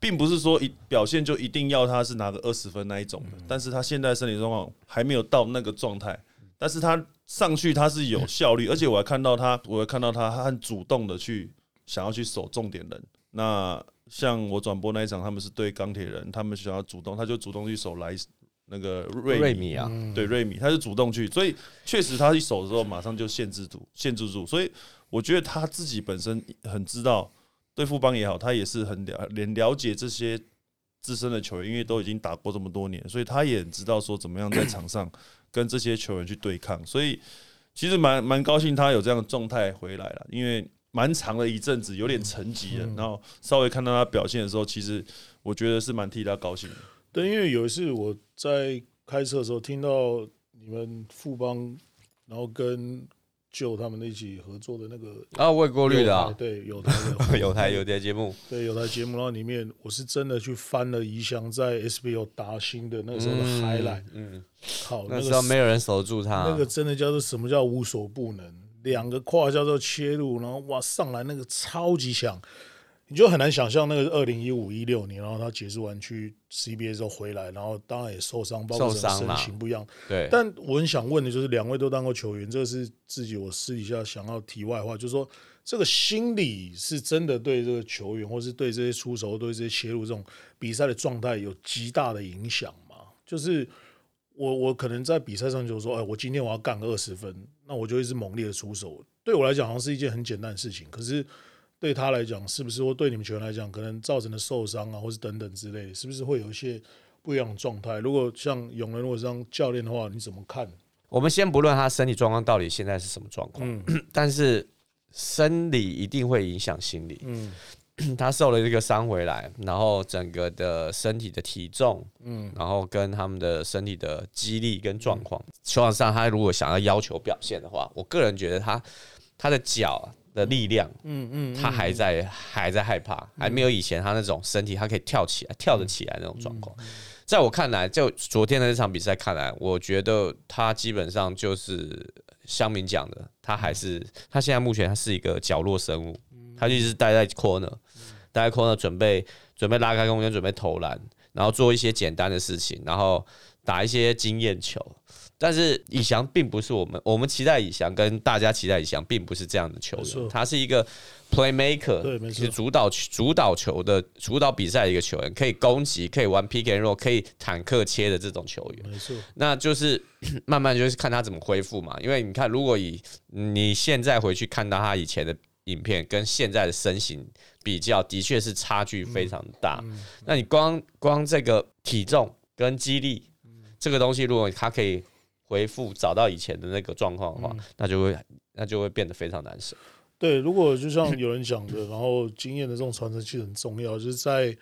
Speaker 2: 并不是说一表现就一定要他是拿个二十分那一种的，但是他现在身体状况还没有到那个状态，但是他上去他是有效率，而且我还看到他，我还看到他他很主动的去想要去守重点人。那像我转播那一场，他们是对钢铁人，他们想要主动，他就主动去守莱斯那个瑞
Speaker 3: 瑞米啊，
Speaker 2: 对瑞米，他是主动去，所以确实他一守的时候马上就限制住，限制住，所以我觉得他自己本身很知道对富邦也好，他也是很了连了解这些资深的球员，因为都已经打过这么多年，所以他也很知道说怎么样在场上跟这些球员去对抗，所以其实蛮蛮高兴他有这样的状态回来了，因为蛮长的一阵子有点沉寂了，然后稍微看到他表现的时候，其实我觉得是蛮替他高兴的。
Speaker 1: 对，因为有一次我在开车的时候听到你们富邦，然后跟舅他们一起合作的那个
Speaker 3: 啊，未过滤的
Speaker 1: 友
Speaker 3: 啊
Speaker 1: 台，对有台的
Speaker 3: 有台有台节目，
Speaker 1: 对有台节目，然后里面我是真的去翻了宜祥在 SBO 达新的那个时候的 highlight，
Speaker 3: 嗯，
Speaker 1: 靠，
Speaker 3: 那
Speaker 1: 那
Speaker 3: 时
Speaker 1: 个
Speaker 3: 候没有人守住他，
Speaker 1: 那个真的叫做什么叫无所不能，两个胯叫做切入，然后哇上来那个超级强，你就很难想象那个二零一五一六年，然后他结束完去 CBA 之后回来，然后当然也受伤，包括
Speaker 3: 受伤
Speaker 1: 整个
Speaker 3: 啦
Speaker 1: 身形不一样。
Speaker 3: 对，
Speaker 1: 但我很想问的就是，两位都当过球员，这是自己我私底下想要题外话，就是说这个心理是真的对这个球员，或是对这些出手、对这些切入这种比赛的状态有极大的影响吗？就是我我可能在比赛上就说，哎，我今天我要干个二十分，那我就一直猛烈的出手。对我来讲，好像是一件很简单的事情，可是。对他来讲，是不是或对你们球员来讲，可能造成的受伤啊，或是等等之类的，是不是会有一些不一样的状态。如果像永仁，如果是当教练的话，你怎么看？
Speaker 3: 我们先不论他身体状况到底现在是什么状况，
Speaker 1: 嗯
Speaker 3: 但是生理一定会影响心理。
Speaker 1: 嗯
Speaker 3: 他受了这个伤回来，然后整个的身体的体重，
Speaker 1: 嗯
Speaker 3: 然后跟他们的身体的肌力跟状况，球场上他如果想要要求表现的话，我个人觉得他他的脚的力量，
Speaker 1: 嗯嗯
Speaker 3: 他还在还在害怕，还没有以前他那种身体，他可以跳起来、跳得起来那种状
Speaker 1: 嗯
Speaker 3: 况。在我看来，就昨天的这场比赛看来，我觉得他基本上就是乡民讲的，他还
Speaker 1: 嗯
Speaker 3: 是他现在目前他是一个角落生物，他就一直待在 corner，待
Speaker 1: 嗯
Speaker 3: 在 corner 准备准备拉开空间，准备投篮，然后做一些简单的事情，然后打一些经验球。但是以翔并不是我们我们期待以翔跟大家期待以翔并不是这样的球
Speaker 1: 没
Speaker 3: 员
Speaker 1: 错，
Speaker 3: 他是一个 playmaker，
Speaker 1: 对没错
Speaker 3: 是主导主导球的主导比赛的一个球员，可以攻击，可以玩 pick and roll，可以坦克切的这种球员。
Speaker 1: 没错，
Speaker 3: 那就是 慢慢就是看他怎么恢复嘛。因为你看，如果以你现在回去看到他以前的影片跟现在的身形比较，的确是差距非常大。
Speaker 1: 嗯
Speaker 3: 那你光光这个体重跟肌力这个东西，如果它可以回复找到以前的那个状况的话，
Speaker 1: 嗯
Speaker 3: 那就会那就会变得非常难受。
Speaker 1: 对，如果就像有人讲的，然后经验的这种传承其实很重要，就是在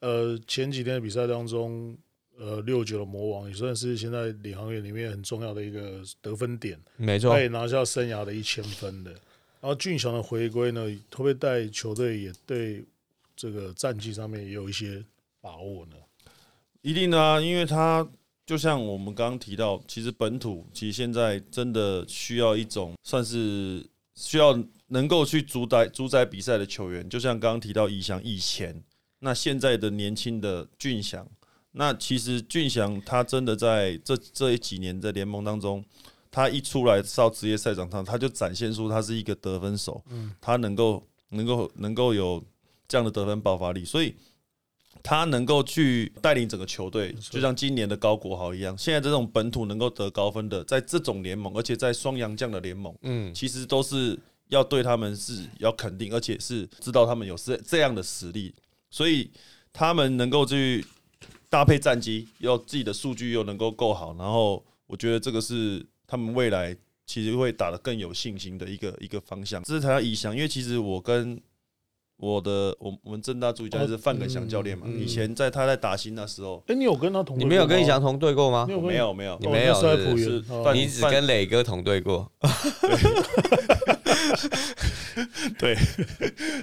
Speaker 1: 呃前几天的比赛当中，呃六九的魔王也算是现在领航员里面很重要的一个得分点，
Speaker 3: 没错
Speaker 1: 他，也拿下生涯的一千分的。然后俊祥的回归呢，会不会带球队也对这个战绩上面也有一些把握呢？
Speaker 2: 一定的啊，因为它就像我们刚刚提到，其实本土其实现在真的需要一种算是需要能够去主宰主宰比赛的球员，就像刚刚提到义翔以前，那现在的年轻的俊祥，那其实俊祥他真的在这这几年在联盟当中。他一出来到职业赛场上，他就展现出他是一个得分手，他能够能够能够有这样的得分爆发力，所以他能够去带领整个球队，就像今年的高国豪一样。现在这种本土能够得高分的，在这种联盟，而且在双阳将的联盟，
Speaker 3: 嗯，
Speaker 2: 其实都是要对他们是要肯定，而且是知道他们有这这样的实力，所以他们能够去搭配战机，要自己的数据又能够够好，然后我觉得这个是他们未来其实会打得更有信心的一个一个方向。这是谈到以翔，因为其实我跟我的我我们正大助教练是范肯祥教练嘛，以前在他在打新那时候，
Speaker 1: 哎，你有跟他同队
Speaker 3: 你没有
Speaker 1: 过吗哦
Speaker 3: 跟以翔同队过吗
Speaker 1: 你？有
Speaker 2: 我
Speaker 1: 跟
Speaker 2: 没有没有
Speaker 3: 你，没有
Speaker 1: 哦那是在
Speaker 3: 是
Speaker 1: 浦
Speaker 3: 不
Speaker 2: 是
Speaker 1: 原哦
Speaker 2: 范
Speaker 3: 你只跟磊哥同队过，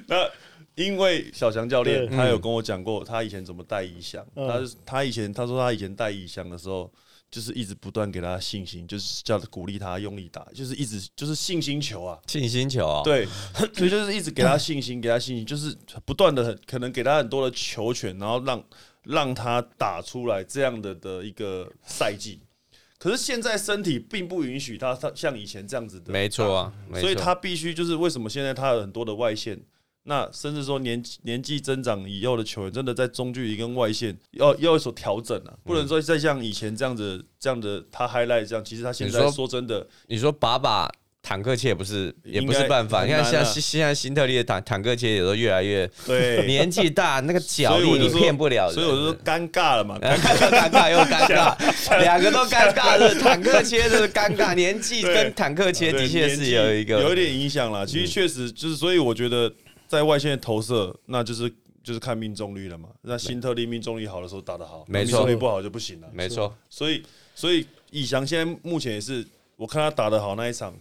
Speaker 2: 那因为小强教练
Speaker 1: 对
Speaker 2: 他有跟我讲过，他以前怎么带意翔，
Speaker 1: 嗯
Speaker 2: 他是他以前他说他以前带意翔的时候，就是一直不断给他信心，就是叫他鼓励他用力打，就是一直就是信心球啊，
Speaker 3: 信心球啊、哦，
Speaker 2: 对，所以就是一直给他信心，给 他信心，就是不断的可能给他很多的球权，然后让让他打出来这样的的一个赛季。可是现在身体并不允许他他像以前这样子的，
Speaker 3: 没错啊，没错
Speaker 2: 所以他必须就是为什么现在他有很多的外线，那甚至说年纪年纪增长以后的球员，真的在中距离跟外线要要有所调整啊，不
Speaker 3: 嗯
Speaker 2: 能说再像以前这样子这样的他 highlight 这样，其实他现
Speaker 3: 你
Speaker 2: 在
Speaker 3: 说
Speaker 2: 说真 的，
Speaker 3: 你说把把坦克切也不是也不是办法，
Speaker 2: 应
Speaker 3: 你
Speaker 2: 该很
Speaker 3: 看
Speaker 2: 难啊
Speaker 3: 像现现在新特利的坦坦克切也都越来越
Speaker 2: 对，
Speaker 3: 年纪大，那个脚
Speaker 2: 所以
Speaker 3: 力
Speaker 2: 我就
Speaker 3: 你
Speaker 2: 说
Speaker 3: 骗不了人
Speaker 2: 所以我就说尴尬了嘛，
Speaker 3: 尴尬尴尬又尴 尬，两个都尴尬是坦克切是尴尬，年纪跟坦克切的确是有一个嗯
Speaker 2: 有一点影响啦。其实确实就是，所以我觉得在外线的投射，那就是就是看命中率了嘛。那新特利命中率好的时候打得好，
Speaker 3: 没
Speaker 2: 命
Speaker 3: 错
Speaker 2: 中率不好就不行了。
Speaker 3: 没错，
Speaker 2: 所以所以以翔现在目前也是，我看他打得好那一场，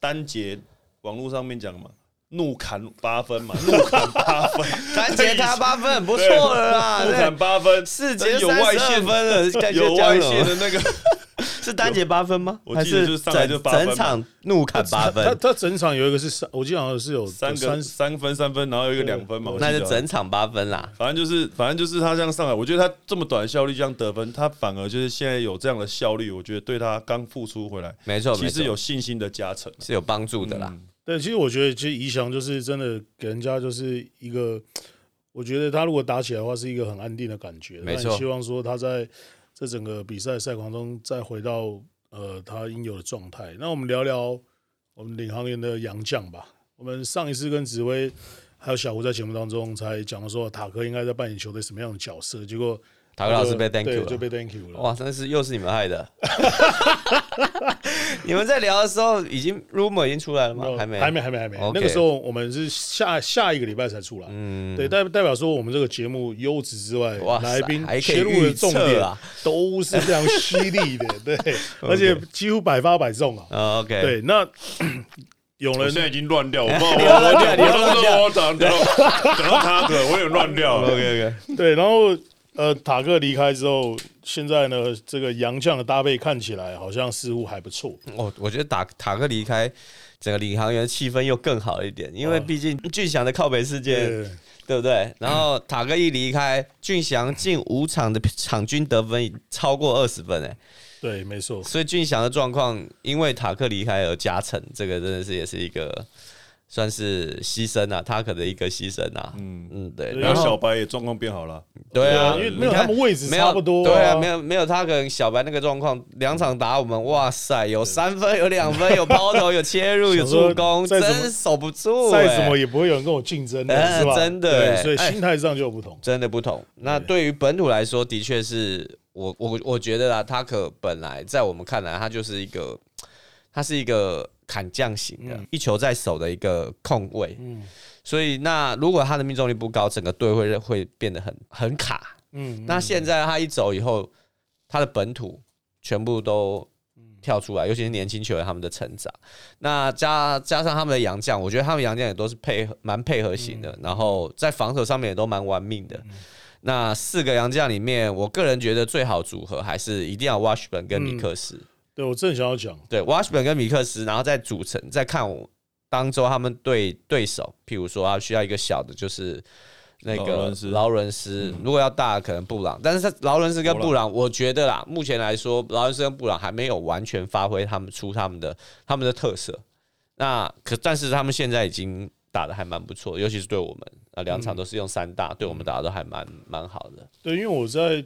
Speaker 2: 单节网络上面讲嘛，怒砍八分嘛，怒砍八分，
Speaker 3: 单节他八分很不错了 啦，
Speaker 2: 怒
Speaker 3: 对
Speaker 2: 砍八分，
Speaker 3: 四
Speaker 2: 但
Speaker 3: 节
Speaker 2: 是有
Speaker 3: 三
Speaker 2: 外
Speaker 3: 十
Speaker 2: 线
Speaker 3: 分了，感觉
Speaker 2: 有
Speaker 3: 这样
Speaker 2: 外
Speaker 3: 了
Speaker 2: 线的那个，
Speaker 3: 是单节八分吗？
Speaker 2: 我
Speaker 3: 还
Speaker 2: 记得
Speaker 3: 是
Speaker 2: 就是
Speaker 3: 整
Speaker 2: 上来就八分嘛
Speaker 3: 整场怒砍八
Speaker 1: 他
Speaker 3: 分，
Speaker 1: 他整场有一个是三，我记得好像是有
Speaker 2: 三
Speaker 1: 三
Speaker 2: 个三分三分，然后有一个两分嘛，我记
Speaker 3: 那
Speaker 2: 得啊
Speaker 3: 就整场八分啦。
Speaker 2: 反正就是，反正就是他这样上来，我觉得他这么短的效率这样得分，他反而就是现在有这样的效率，我觉得对他刚复出回来，
Speaker 3: 没错，
Speaker 2: 其实
Speaker 3: 没错
Speaker 2: 有嗯信心的加成。
Speaker 3: 是有帮助的啦。
Speaker 1: 对，其实我觉得，其实宜翔就是真的给人家就是一个，我觉得他如果打起来的话，是一个很安定的感觉。
Speaker 3: 没
Speaker 1: 那你
Speaker 3: 错
Speaker 1: 希望说他在这整个比赛赛况中再回到呃他应有的状态。那我们聊聊我们领航员的杨将吧。我们上一次跟紫薇还有小胡在节目当中才讲到说塔克应该在扮演球队什么样的角色，结果
Speaker 3: 塔克老师
Speaker 1: 就
Speaker 3: 被 thank
Speaker 1: 对
Speaker 3: you
Speaker 1: 就
Speaker 3: 了，
Speaker 1: 被 thank you 了。
Speaker 3: 哇，真的是又是你们害的。 你们在聊的时候，已经 rumor 已经出来了吗？还没，
Speaker 1: 哦还没，还没，还没。
Speaker 3: OK
Speaker 1: 那个时候我们是下下一个礼拜才出来，对，代代表说我们这个节目优质之外，
Speaker 3: 嗯哇塞
Speaker 1: 来宾
Speaker 3: 还可以
Speaker 1: 切入的重
Speaker 3: 预测
Speaker 1: 点
Speaker 3: 啊
Speaker 1: 都是非常犀利的， 对，而且几乎百发百中啊。
Speaker 3: 呃，OK，
Speaker 1: 对，那 有人
Speaker 2: 在已经乱掉，我不知道
Speaker 3: 你要乱掉你要乱掉
Speaker 2: 我讲到讲到他的，我有乱掉了。
Speaker 3: 哦，OK，OK，
Speaker 1: 对，然后呃，塔克离开之后，现在呢，这个洋将的搭配看起来好像似乎还不错，
Speaker 3: 我哦我觉得塔塔克离开，整个领航员气氛又更好一点，因
Speaker 2: 哦
Speaker 3: 为毕竟俊祥的靠北事件，
Speaker 1: 对
Speaker 3: 对不对？然后塔克一离开，俊祥近五场的场均得分超过二十分，哎，
Speaker 1: 对，没错，
Speaker 3: 所以俊祥的状况因为塔克离开而加成，这个真的是也是一个算是牺牲啊，他可的一个牺牲啊。
Speaker 2: 嗯，
Speaker 3: 嗯，对，
Speaker 1: 对
Speaker 2: 然
Speaker 3: 然
Speaker 2: 后
Speaker 3: 后
Speaker 2: 小白也状况变好了，
Speaker 3: 对啊，
Speaker 1: 因为
Speaker 3: 你
Speaker 1: 没有
Speaker 3: 看
Speaker 1: 他们位置
Speaker 3: 没有
Speaker 1: 差不多、
Speaker 3: 对啊，没
Speaker 1: 有。
Speaker 3: 有没有他跟小白那个状况，两场打我们，哇塞，有三分，有两分，有抛投，有切入，有
Speaker 1: 想说
Speaker 3: 助攻，
Speaker 1: 再怎么
Speaker 3: 真守不住、欸，
Speaker 1: 再怎么也不会有人跟我竞争的，
Speaker 3: 哎
Speaker 1: 是吧？
Speaker 3: 真的
Speaker 1: 对
Speaker 3: 哎
Speaker 1: 所以
Speaker 3: 哎
Speaker 1: 心态上就有不同。
Speaker 3: 真的不同。那对于本土来说，的确是我我我觉得啦，他可本来在我们看来，他就是一个，他是一个砍将型的，
Speaker 1: 嗯
Speaker 3: 一球在手的一个控卫。所以那如果他的命中率不高，整个队会会变得很很卡。
Speaker 1: 嗯，
Speaker 3: 那现在他一走以后，他的本土全部都
Speaker 1: 嗯
Speaker 3: 跳出来，尤其是年轻球员他们的成长。那加加上他们的洋将，我觉得他们洋将也都是配合蛮配合型
Speaker 1: 嗯
Speaker 3: 的，然后在防守上面也都蛮玩命的。那四个洋将里面，我个人觉得最好组合还是一定要 Washburn 跟
Speaker 1: 嗯
Speaker 3: 米克斯。
Speaker 1: 对我正想要讲，
Speaker 3: 对，Washburn 跟米克斯，然后再组成，再看我当周他们对对手，譬如说他需要一个小的，就是那
Speaker 2: 劳
Speaker 3: 个
Speaker 2: 伦斯
Speaker 3: 劳伦斯，如果要大的可能布朗，但是他劳伦斯跟
Speaker 2: 布朗
Speaker 3: 布朗，我觉得啦，目前来说，劳伦斯跟布朗还没有完全发挥他们出他们的他们的特色。那可，但是他们现在已经打的还蛮不错，尤其是对我们啊，两场都是用三大，对我们打的都还蛮蛮好的。
Speaker 1: 对，因为我在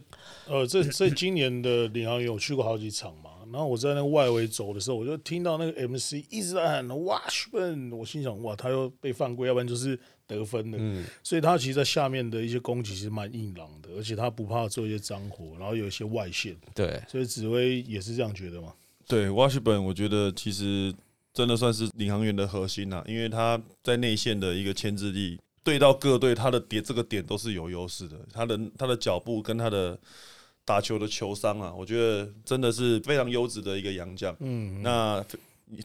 Speaker 1: 呃，这这今年的领航员有去过好几场嘛，然后我在那个外围走的时候，我就听到那个 MC 一直在喊 Washburn，我心想哇，他又被犯规，要不然就是得分的，
Speaker 3: 嗯
Speaker 1: 所以他其实，在下面的一些攻击其实蛮硬朗的，而且他不怕做一些脏活，然后有一些外线，
Speaker 3: 对，
Speaker 1: 所以紫薇也是这样觉得嘛。
Speaker 2: 对，w a s h b u r n 我觉得其实真的算是领航员的核心啊，因为他在内线的一个牵制力，对到各队他的点这个点都是有优势的，他的他的脚步跟他的打球的球商啊，我觉得真的是非常优质的一个洋将。嗯，那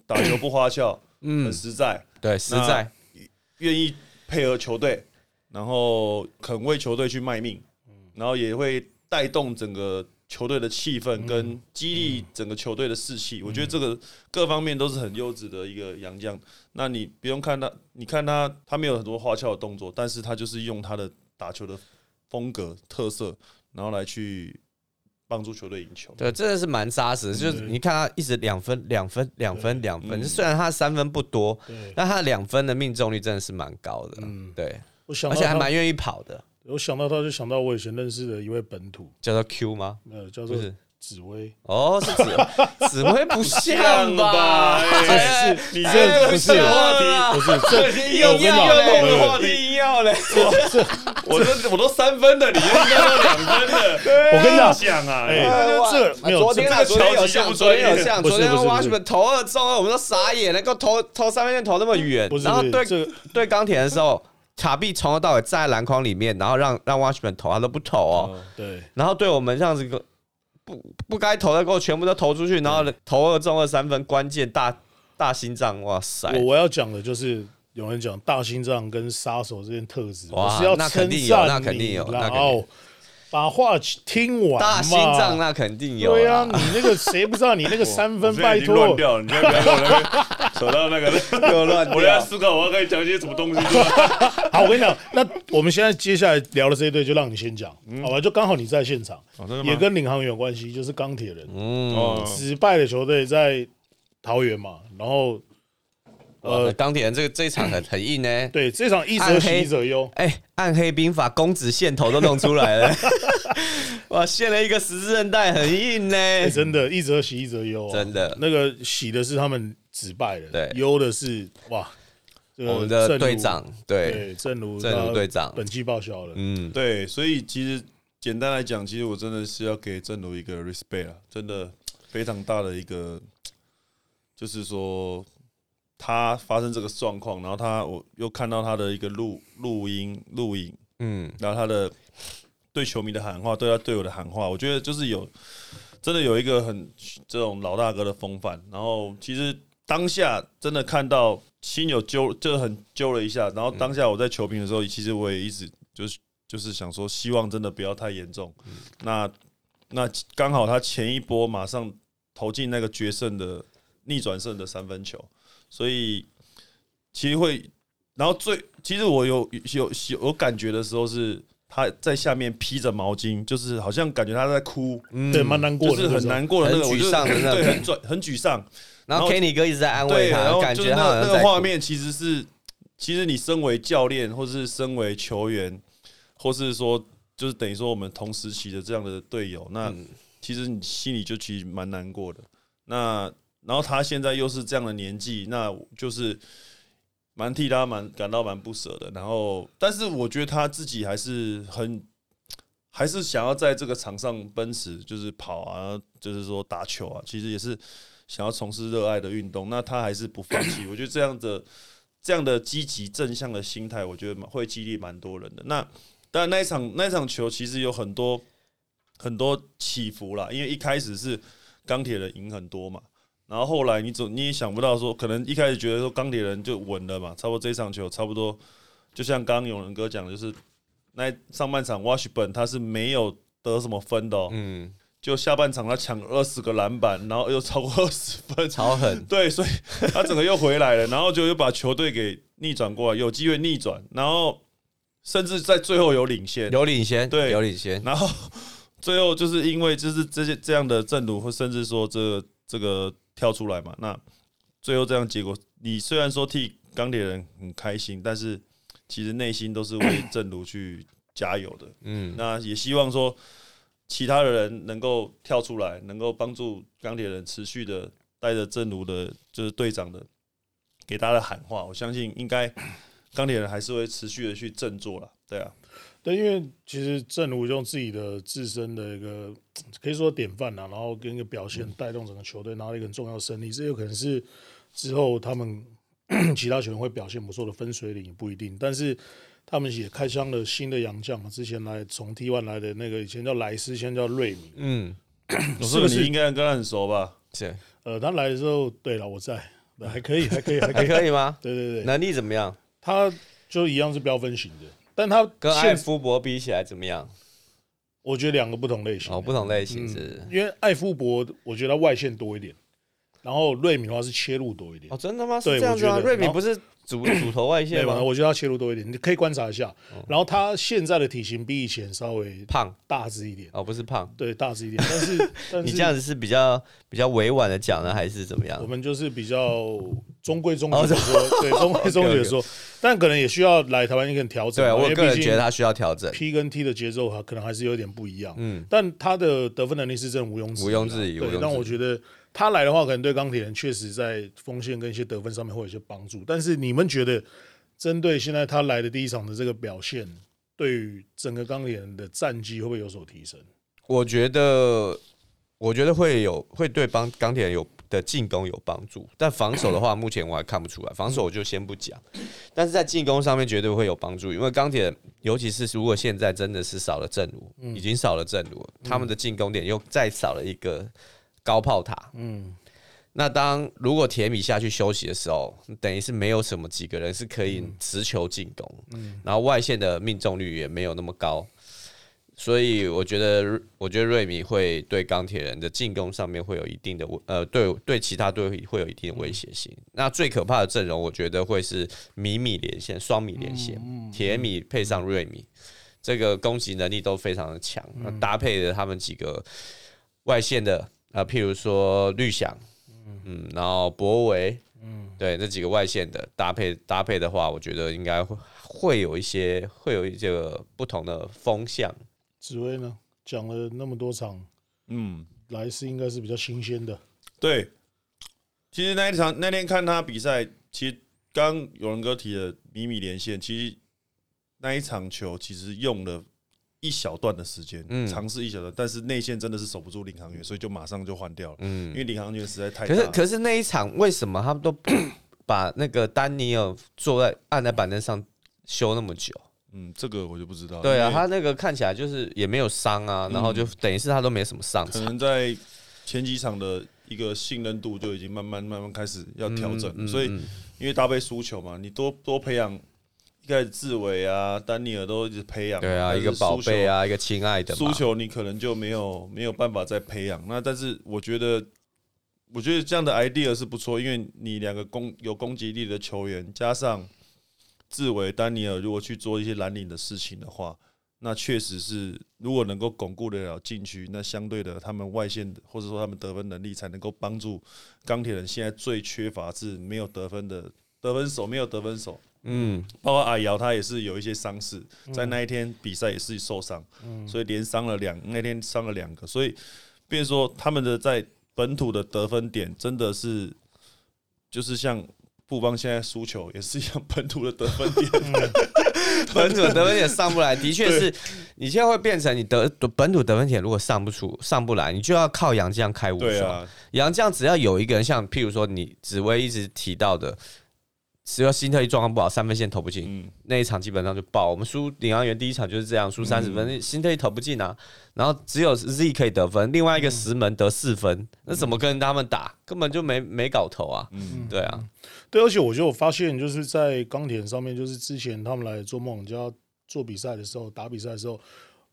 Speaker 2: 打球不花俏，很实在，
Speaker 3: 对，实在，
Speaker 2: 愿意配合球队，然后肯为球队去卖命，然后也会带动整个球队的气氛跟激励整个球队的士气。我觉得这个各方面都是很优质的一个洋将。那你不用看他，你看他，他没有很多花俏的动作，但是他就是用他的打球的风格特色，然后来去帮助球队赢球。
Speaker 3: 对，真的是蛮扎实的。就是
Speaker 1: 嗯
Speaker 3: 你看他一直两分、两分、两分、两分，虽然他三分不多，
Speaker 1: 对，
Speaker 3: 但他两分的命中率真的是蛮高的。对，
Speaker 1: 我想
Speaker 3: 而
Speaker 1: 到
Speaker 3: 且还
Speaker 1: 他，
Speaker 3: 蛮愿意跑的，
Speaker 1: 我想到他就想到我以前认识的一位本土，
Speaker 3: 叫做 Q 吗？
Speaker 1: 呃，叫
Speaker 3: 不
Speaker 1: 做
Speaker 3: 是。
Speaker 1: 紫薇，
Speaker 3: 哦，是 紫紫薇不像吧？
Speaker 2: 哎
Speaker 3: 哎
Speaker 2: 你
Speaker 3: 哎
Speaker 2: 这
Speaker 1: 不是
Speaker 3: 像啊
Speaker 1: 不是这
Speaker 3: 你又
Speaker 1: 我跟你
Speaker 3: 要
Speaker 1: 讲
Speaker 3: 又
Speaker 1: 不是
Speaker 3: 弄话题要嘞，
Speaker 2: 我都我都三分 的，你应该都两分的。
Speaker 1: 我跟你讲
Speaker 2: 讲啊，
Speaker 1: 哎
Speaker 2: 哎
Speaker 1: 这这没有
Speaker 3: 昨天啊，
Speaker 2: 这
Speaker 3: 昨天有
Speaker 2: 这
Speaker 3: 像，
Speaker 2: 个
Speaker 3: 昨天有像，
Speaker 1: 不
Speaker 3: 昨
Speaker 1: 是不是
Speaker 3: 天
Speaker 1: 不是
Speaker 3: Washburn 投二中啊二，我们都傻眼，能够投投三分线投那么远
Speaker 1: 不，是
Speaker 3: 然后对
Speaker 1: 这个
Speaker 3: 对钢铁的时候，卡币从头到尾站在篮筐里面，然后让让 Washburn 投，他都不投哦。
Speaker 2: 嗯
Speaker 1: 对，
Speaker 3: 然后对我们这样子个不不该投的给我全部都投出去，然后投二中二三分，关键大大心脏，哇塞！
Speaker 1: 我我要讲的就是有人讲大心脏跟杀手这件特质，
Speaker 3: 哇
Speaker 1: 我是要
Speaker 3: 那
Speaker 1: 称
Speaker 3: 肯定有那
Speaker 1: 赞
Speaker 3: 肯定
Speaker 1: 你
Speaker 3: 有
Speaker 1: 啦，
Speaker 3: 那肯定
Speaker 1: 哦把话听完嘛
Speaker 3: 大心脏那肯定有
Speaker 1: 对啊，
Speaker 3: 啦
Speaker 1: 你，那个谁不知道你 那个三分，拜
Speaker 2: 乱
Speaker 1: 托，
Speaker 2: 掉了，你现在不要跟我那边扯到那个，
Speaker 3: 又乱
Speaker 2: 我在
Speaker 3: 掉。
Speaker 2: 思考我要跟你讲一些什么东西。
Speaker 1: 好，我跟你讲，那我们现在接下来聊的这一队就让你先讲，
Speaker 3: 嗯
Speaker 1: 好吧？就刚好你在现场，
Speaker 2: 哦真的吗
Speaker 1: 也跟领航员有关系，就是钢铁人，
Speaker 2: 哦，
Speaker 1: 只败的球队在桃园嘛，然后
Speaker 3: 呃，钢铁人这个这一场很很硬呢。
Speaker 1: 对这场一
Speaker 3: 暗
Speaker 1: 者喜
Speaker 3: 黑
Speaker 1: 一者忧，
Speaker 3: 哎、暗黑兵法公子线头都弄出 来了，哇，线了一个十字韧带，很硬呢、
Speaker 1: 哎真的，一则喜一则忧啊，
Speaker 3: 真的
Speaker 1: 那个喜的是他们止败了，
Speaker 3: 对
Speaker 1: 忧的是哇，这个
Speaker 3: 我们的
Speaker 1: 正如
Speaker 3: 队长，对，
Speaker 1: 对正如
Speaker 3: 正如
Speaker 1: 他
Speaker 3: 队长
Speaker 1: 本季报销了，
Speaker 3: 嗯，
Speaker 2: 对，所以其实简单来讲，其实我真的是要给正如一个 respect 啊，真的非常大的一个，就是说他发生这个状况，然后他我又看到他的一个录录音录影，
Speaker 3: 嗯，
Speaker 2: 然后他的对球迷的喊话，对他队友的喊话，我觉得就是有真的有一个很这种老大哥的风范。然后其实当下真的看到心有揪，就很揪了一下。然后当下我在球评的时候，其实我也一直就是就是想说，希望真的不要太严重。那那刚好他前一波马上投进那个决胜的逆转胜的三分球，所以其实会，然后最其实我有有有有感觉的时候是他在下面披着毛巾，就是好像感觉他在哭，
Speaker 3: 嗯
Speaker 1: 对，蛮难过
Speaker 2: 就
Speaker 1: 的，
Speaker 2: 是很。难过的那个，
Speaker 3: 很
Speaker 2: 我就
Speaker 3: 沮丧的那种
Speaker 2: 对，很沮很沮丧。
Speaker 3: 然
Speaker 2: 然后
Speaker 3: 后 Kenny 哥一直在安
Speaker 2: 对，
Speaker 3: 慰
Speaker 2: 然
Speaker 3: 他，
Speaker 2: 后
Speaker 3: 感
Speaker 2: 就是
Speaker 3: 觉
Speaker 2: 那
Speaker 3: 他好像
Speaker 2: 那
Speaker 3: 在
Speaker 2: 个
Speaker 3: 哭
Speaker 2: 画面其实是其实你身为教练，或是身为球员，或是说就是等于说我们同时期的这样的队友，那
Speaker 3: 嗯
Speaker 2: 其实你心里就其实蛮难过的。那然后他现在又是这样的年纪，那就是蛮替他蛮感到蛮不舍的。然后，但是我觉得他自己还是很。还是想要在这个场上奔驰，就是跑啊，就是说打球啊，其实也是想要从事热爱的运动。那他还是不放弃，我觉得这样的这样的积极正向的心态，我觉得蛮会激励蛮多人的。那当然那一场那一场球其实有很多很多起伏啦，因为一开始是钢铁人赢很多嘛，然后后来你总你也想不到说，可能一开始觉得说钢铁人就稳了嘛，差不多这一场球差不多，就像刚刚永仁哥讲，的，就是那上半场 Washburn 他是没有得什么分的、哦，
Speaker 3: 嗯，
Speaker 2: 就下半场他抢二十个篮板，然后又超过二十分，
Speaker 3: 超 狠，
Speaker 2: 对，所以他整个又回来了，然后就又把球队给逆转过来，有机会逆转，然后甚至在最后有领先，
Speaker 3: 有领先，
Speaker 2: 对
Speaker 3: 有领先，
Speaker 2: 然后 最后就是因为就是这些这样的正读，或甚至说这个这个跳出来嘛，那最后这样结果，你虽然说替钢铁人很开心，但是其实内心都是 为正如去加油的。
Speaker 3: 嗯，
Speaker 2: 那也希望说其他的人能够跳出来，能够帮助钢铁人持续的带着正如的，就是队长的给大家的喊话，我相信应该钢铁人还是会持续的去振作了。对啊，
Speaker 1: 对，因为其实正如用自己的自身的一个可以说典范呐、然后跟一个表现带动整个球队拿到一个很重要的胜利，这有可能是之后他们 其他球员会表现不错的分水岭也不一定，但是他们也开箱了新的洋将嘛，之前来从 T one 来的那个以前叫莱斯，现在叫瑞米，
Speaker 3: 嗯，
Speaker 2: 我
Speaker 1: 是
Speaker 2: 说
Speaker 1: 不
Speaker 2: 你
Speaker 1: 是
Speaker 2: 应该跟他很熟吧？
Speaker 3: 是
Speaker 1: 呃，他来的时候，对了，我在，还可以，还可以，还可
Speaker 3: 嗯 还
Speaker 1: 以，
Speaker 3: 可以吗？
Speaker 1: 对对对，
Speaker 3: 能力怎么样？
Speaker 1: 他就一样是标分型的，但他
Speaker 3: 跟艾
Speaker 1: 现
Speaker 3: 夫伯比起来怎么样？
Speaker 1: 我觉得两个不同类型
Speaker 3: 哦，不同类型是
Speaker 1: 因为艾夫伯，我觉得他外线多一点，然后瑞米的话是切入多一点
Speaker 3: 哦，，真的吗？
Speaker 1: 对
Speaker 3: 是这样子
Speaker 1: 我
Speaker 3: 吗？
Speaker 1: 觉得
Speaker 3: 瑞米
Speaker 1: 然后
Speaker 3: 不是 主主投外
Speaker 1: 对
Speaker 3: 线
Speaker 1: 吧？
Speaker 3: 吗？哦
Speaker 1: 我觉得他切入多一点，你可以观察一下。然后他现在的体型比以前稍微
Speaker 3: 胖
Speaker 1: 大只一点，
Speaker 3: 哦，不是胖。
Speaker 1: 对，大只一点。但 是但
Speaker 3: 你
Speaker 1: 是
Speaker 3: 这样子是比较比较委婉的讲呢，还是怎么样
Speaker 1: 我？们就是比较中规中矩
Speaker 3: 哦
Speaker 1: 的说，对，中规中矩的 说，但可能也需要来台湾一个调整
Speaker 3: 对啊
Speaker 1: 嘛。因
Speaker 3: 我
Speaker 1: 为
Speaker 3: 个
Speaker 1: 毕
Speaker 3: 人
Speaker 1: 竟
Speaker 3: 觉得他需要调整，
Speaker 1: P 跟 T 的节奏还可能还是有点不一样，嗯，但他的得分能力是真的毋庸置疑啦
Speaker 3: 毋庸置疑毋庸置
Speaker 1: 对，
Speaker 3: 疑
Speaker 1: 但我觉得他来的话，可能对钢铁人确实在锋线跟一些得分上面会有一些帮助。但是你们觉得，针对现在他来的第一场的这个表现，对于整个钢铁人的战绩会不会有所提升？
Speaker 3: 我觉得，我觉得会有会对帮钢铁人有的进攻有帮助，但防守的话，目前我还看不出来。防守我就先不讲，但是在进攻上面绝对会有帮助，因为钢铁人，尤其是如果现在真的是少了正如，已经少了正如了，他们的进攻点又再少了一个高炮塔，
Speaker 1: 嗯，
Speaker 3: 那当如果铁米下去休息的时候，等于是没有什么几个人是可以持球进攻，然后外线的命中率也没有那么高，所以我觉得，我觉得瑞米会对钢铁人的进攻上面会有一定的威呃，对对其他队会有一定的威胁性。那最可怕的阵容，我觉得会是米米连线、双米连线，铁米配上瑞米，这个攻击能力都非常的强，那搭配着他们几个外线的。啊，譬如说绿翔，嗯，然后博维，嗯，对，这几个外线的搭配搭配的话，我觉得应该会会有一些会有一些不同的风向。
Speaker 1: 紫薇呢讲了那么多场，
Speaker 2: 嗯，
Speaker 1: 来是应该是比较新鲜的，
Speaker 2: 对，其实那一场那天看他比赛，其实刚刚有人哥提的米米连线，其实那一场球其实用了一小段的时间，
Speaker 3: 嗯
Speaker 2: 尝试一小段，但是内线真的是守不住领航员，所以就马上就换掉了，因
Speaker 3: 嗯，
Speaker 2: 为领航员实在太大
Speaker 3: 可是
Speaker 2: 了
Speaker 3: 可是那一场为什么他们都 把那个丹尼尔坐在按在板凳上休那么久？
Speaker 2: 嗯，这个我就不知道。
Speaker 3: 对啊，
Speaker 2: 因为嗯
Speaker 3: 他那个看起来就是也没有伤啊，然后就等于是他都没什么上
Speaker 2: 可
Speaker 3: 场。
Speaker 2: 能在前几场的一个信任度就已经慢慢慢慢开始要调整，
Speaker 3: 嗯
Speaker 2: 所以因为搭配输球嘛，你多多培养。一开始志伟啊、丹尼尔都一直培养，
Speaker 3: 对啊，
Speaker 2: 但
Speaker 3: 一
Speaker 2: 是
Speaker 3: 个宝
Speaker 2: 输球
Speaker 3: 贝啊，一个亲爱的
Speaker 2: 输
Speaker 3: 嘛。
Speaker 2: 球你可能就没有没有办法再培养。那但是我觉得，我觉得这样的 idea 是不错，因为你两个攻有攻击力的球员，加上志伟、丹尼尔，如果去做一些蓝领的事情的话，那确实是如果能够巩固得了禁区，那相对的他们外线的或者说他们得分能力才能够帮助钢铁人现在最缺乏是没有得分的得分手，没有得分手，
Speaker 3: 嗯，
Speaker 2: 包括阿瑶，她也是有一些伤势，在那一天比赛也是受伤，所以连伤了两，那天伤了两个，所以变成说他们的在本土的得分点真的是，就是像布邦现在输球也是一样，本土的得分点
Speaker 3: 本土得分点上不来，的确是，你现在会变成你得本土得分点如果上不出上不来，你就要靠杨绛开无
Speaker 2: 对
Speaker 3: 双。
Speaker 2: 啊，
Speaker 3: 杨绛只要有一个人，像譬如说你紫薇一直提到的，只要新特一状况不好，三分线投不进，
Speaker 2: 嗯，
Speaker 3: 那一场基本上就爆。我们输领航员第一场就是这样，输三十
Speaker 1: 嗯
Speaker 3: 分，新特一投不进啊，然后只有 Z 可以得分，另外一个十门得四分，那怎么跟他们打？根本就没没搞头啊！
Speaker 2: 嗯
Speaker 3: 对啊，
Speaker 1: 对，而且我就有发现，就是在钢铁上面，就是之前他们来做梦家做比赛的时候，打比赛的时候，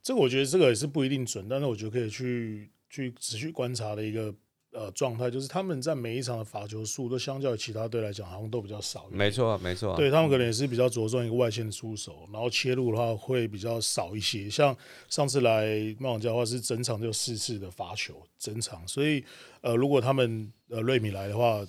Speaker 1: 这个我觉得这个也是不一定准，但是我觉得可以去去持续观察的一个呃状态，就是他们在每一场的罚球数都相较于其他队来讲，好像都比较少一点。
Speaker 3: 没错，没错，啊
Speaker 1: 对他们可能也是比较着重一个外线出手，然后切入的话会比较少一些。像上次来曼网家的话，是整场就四次的罚球，整场。所以呃，如果他们呃瑞米来的话，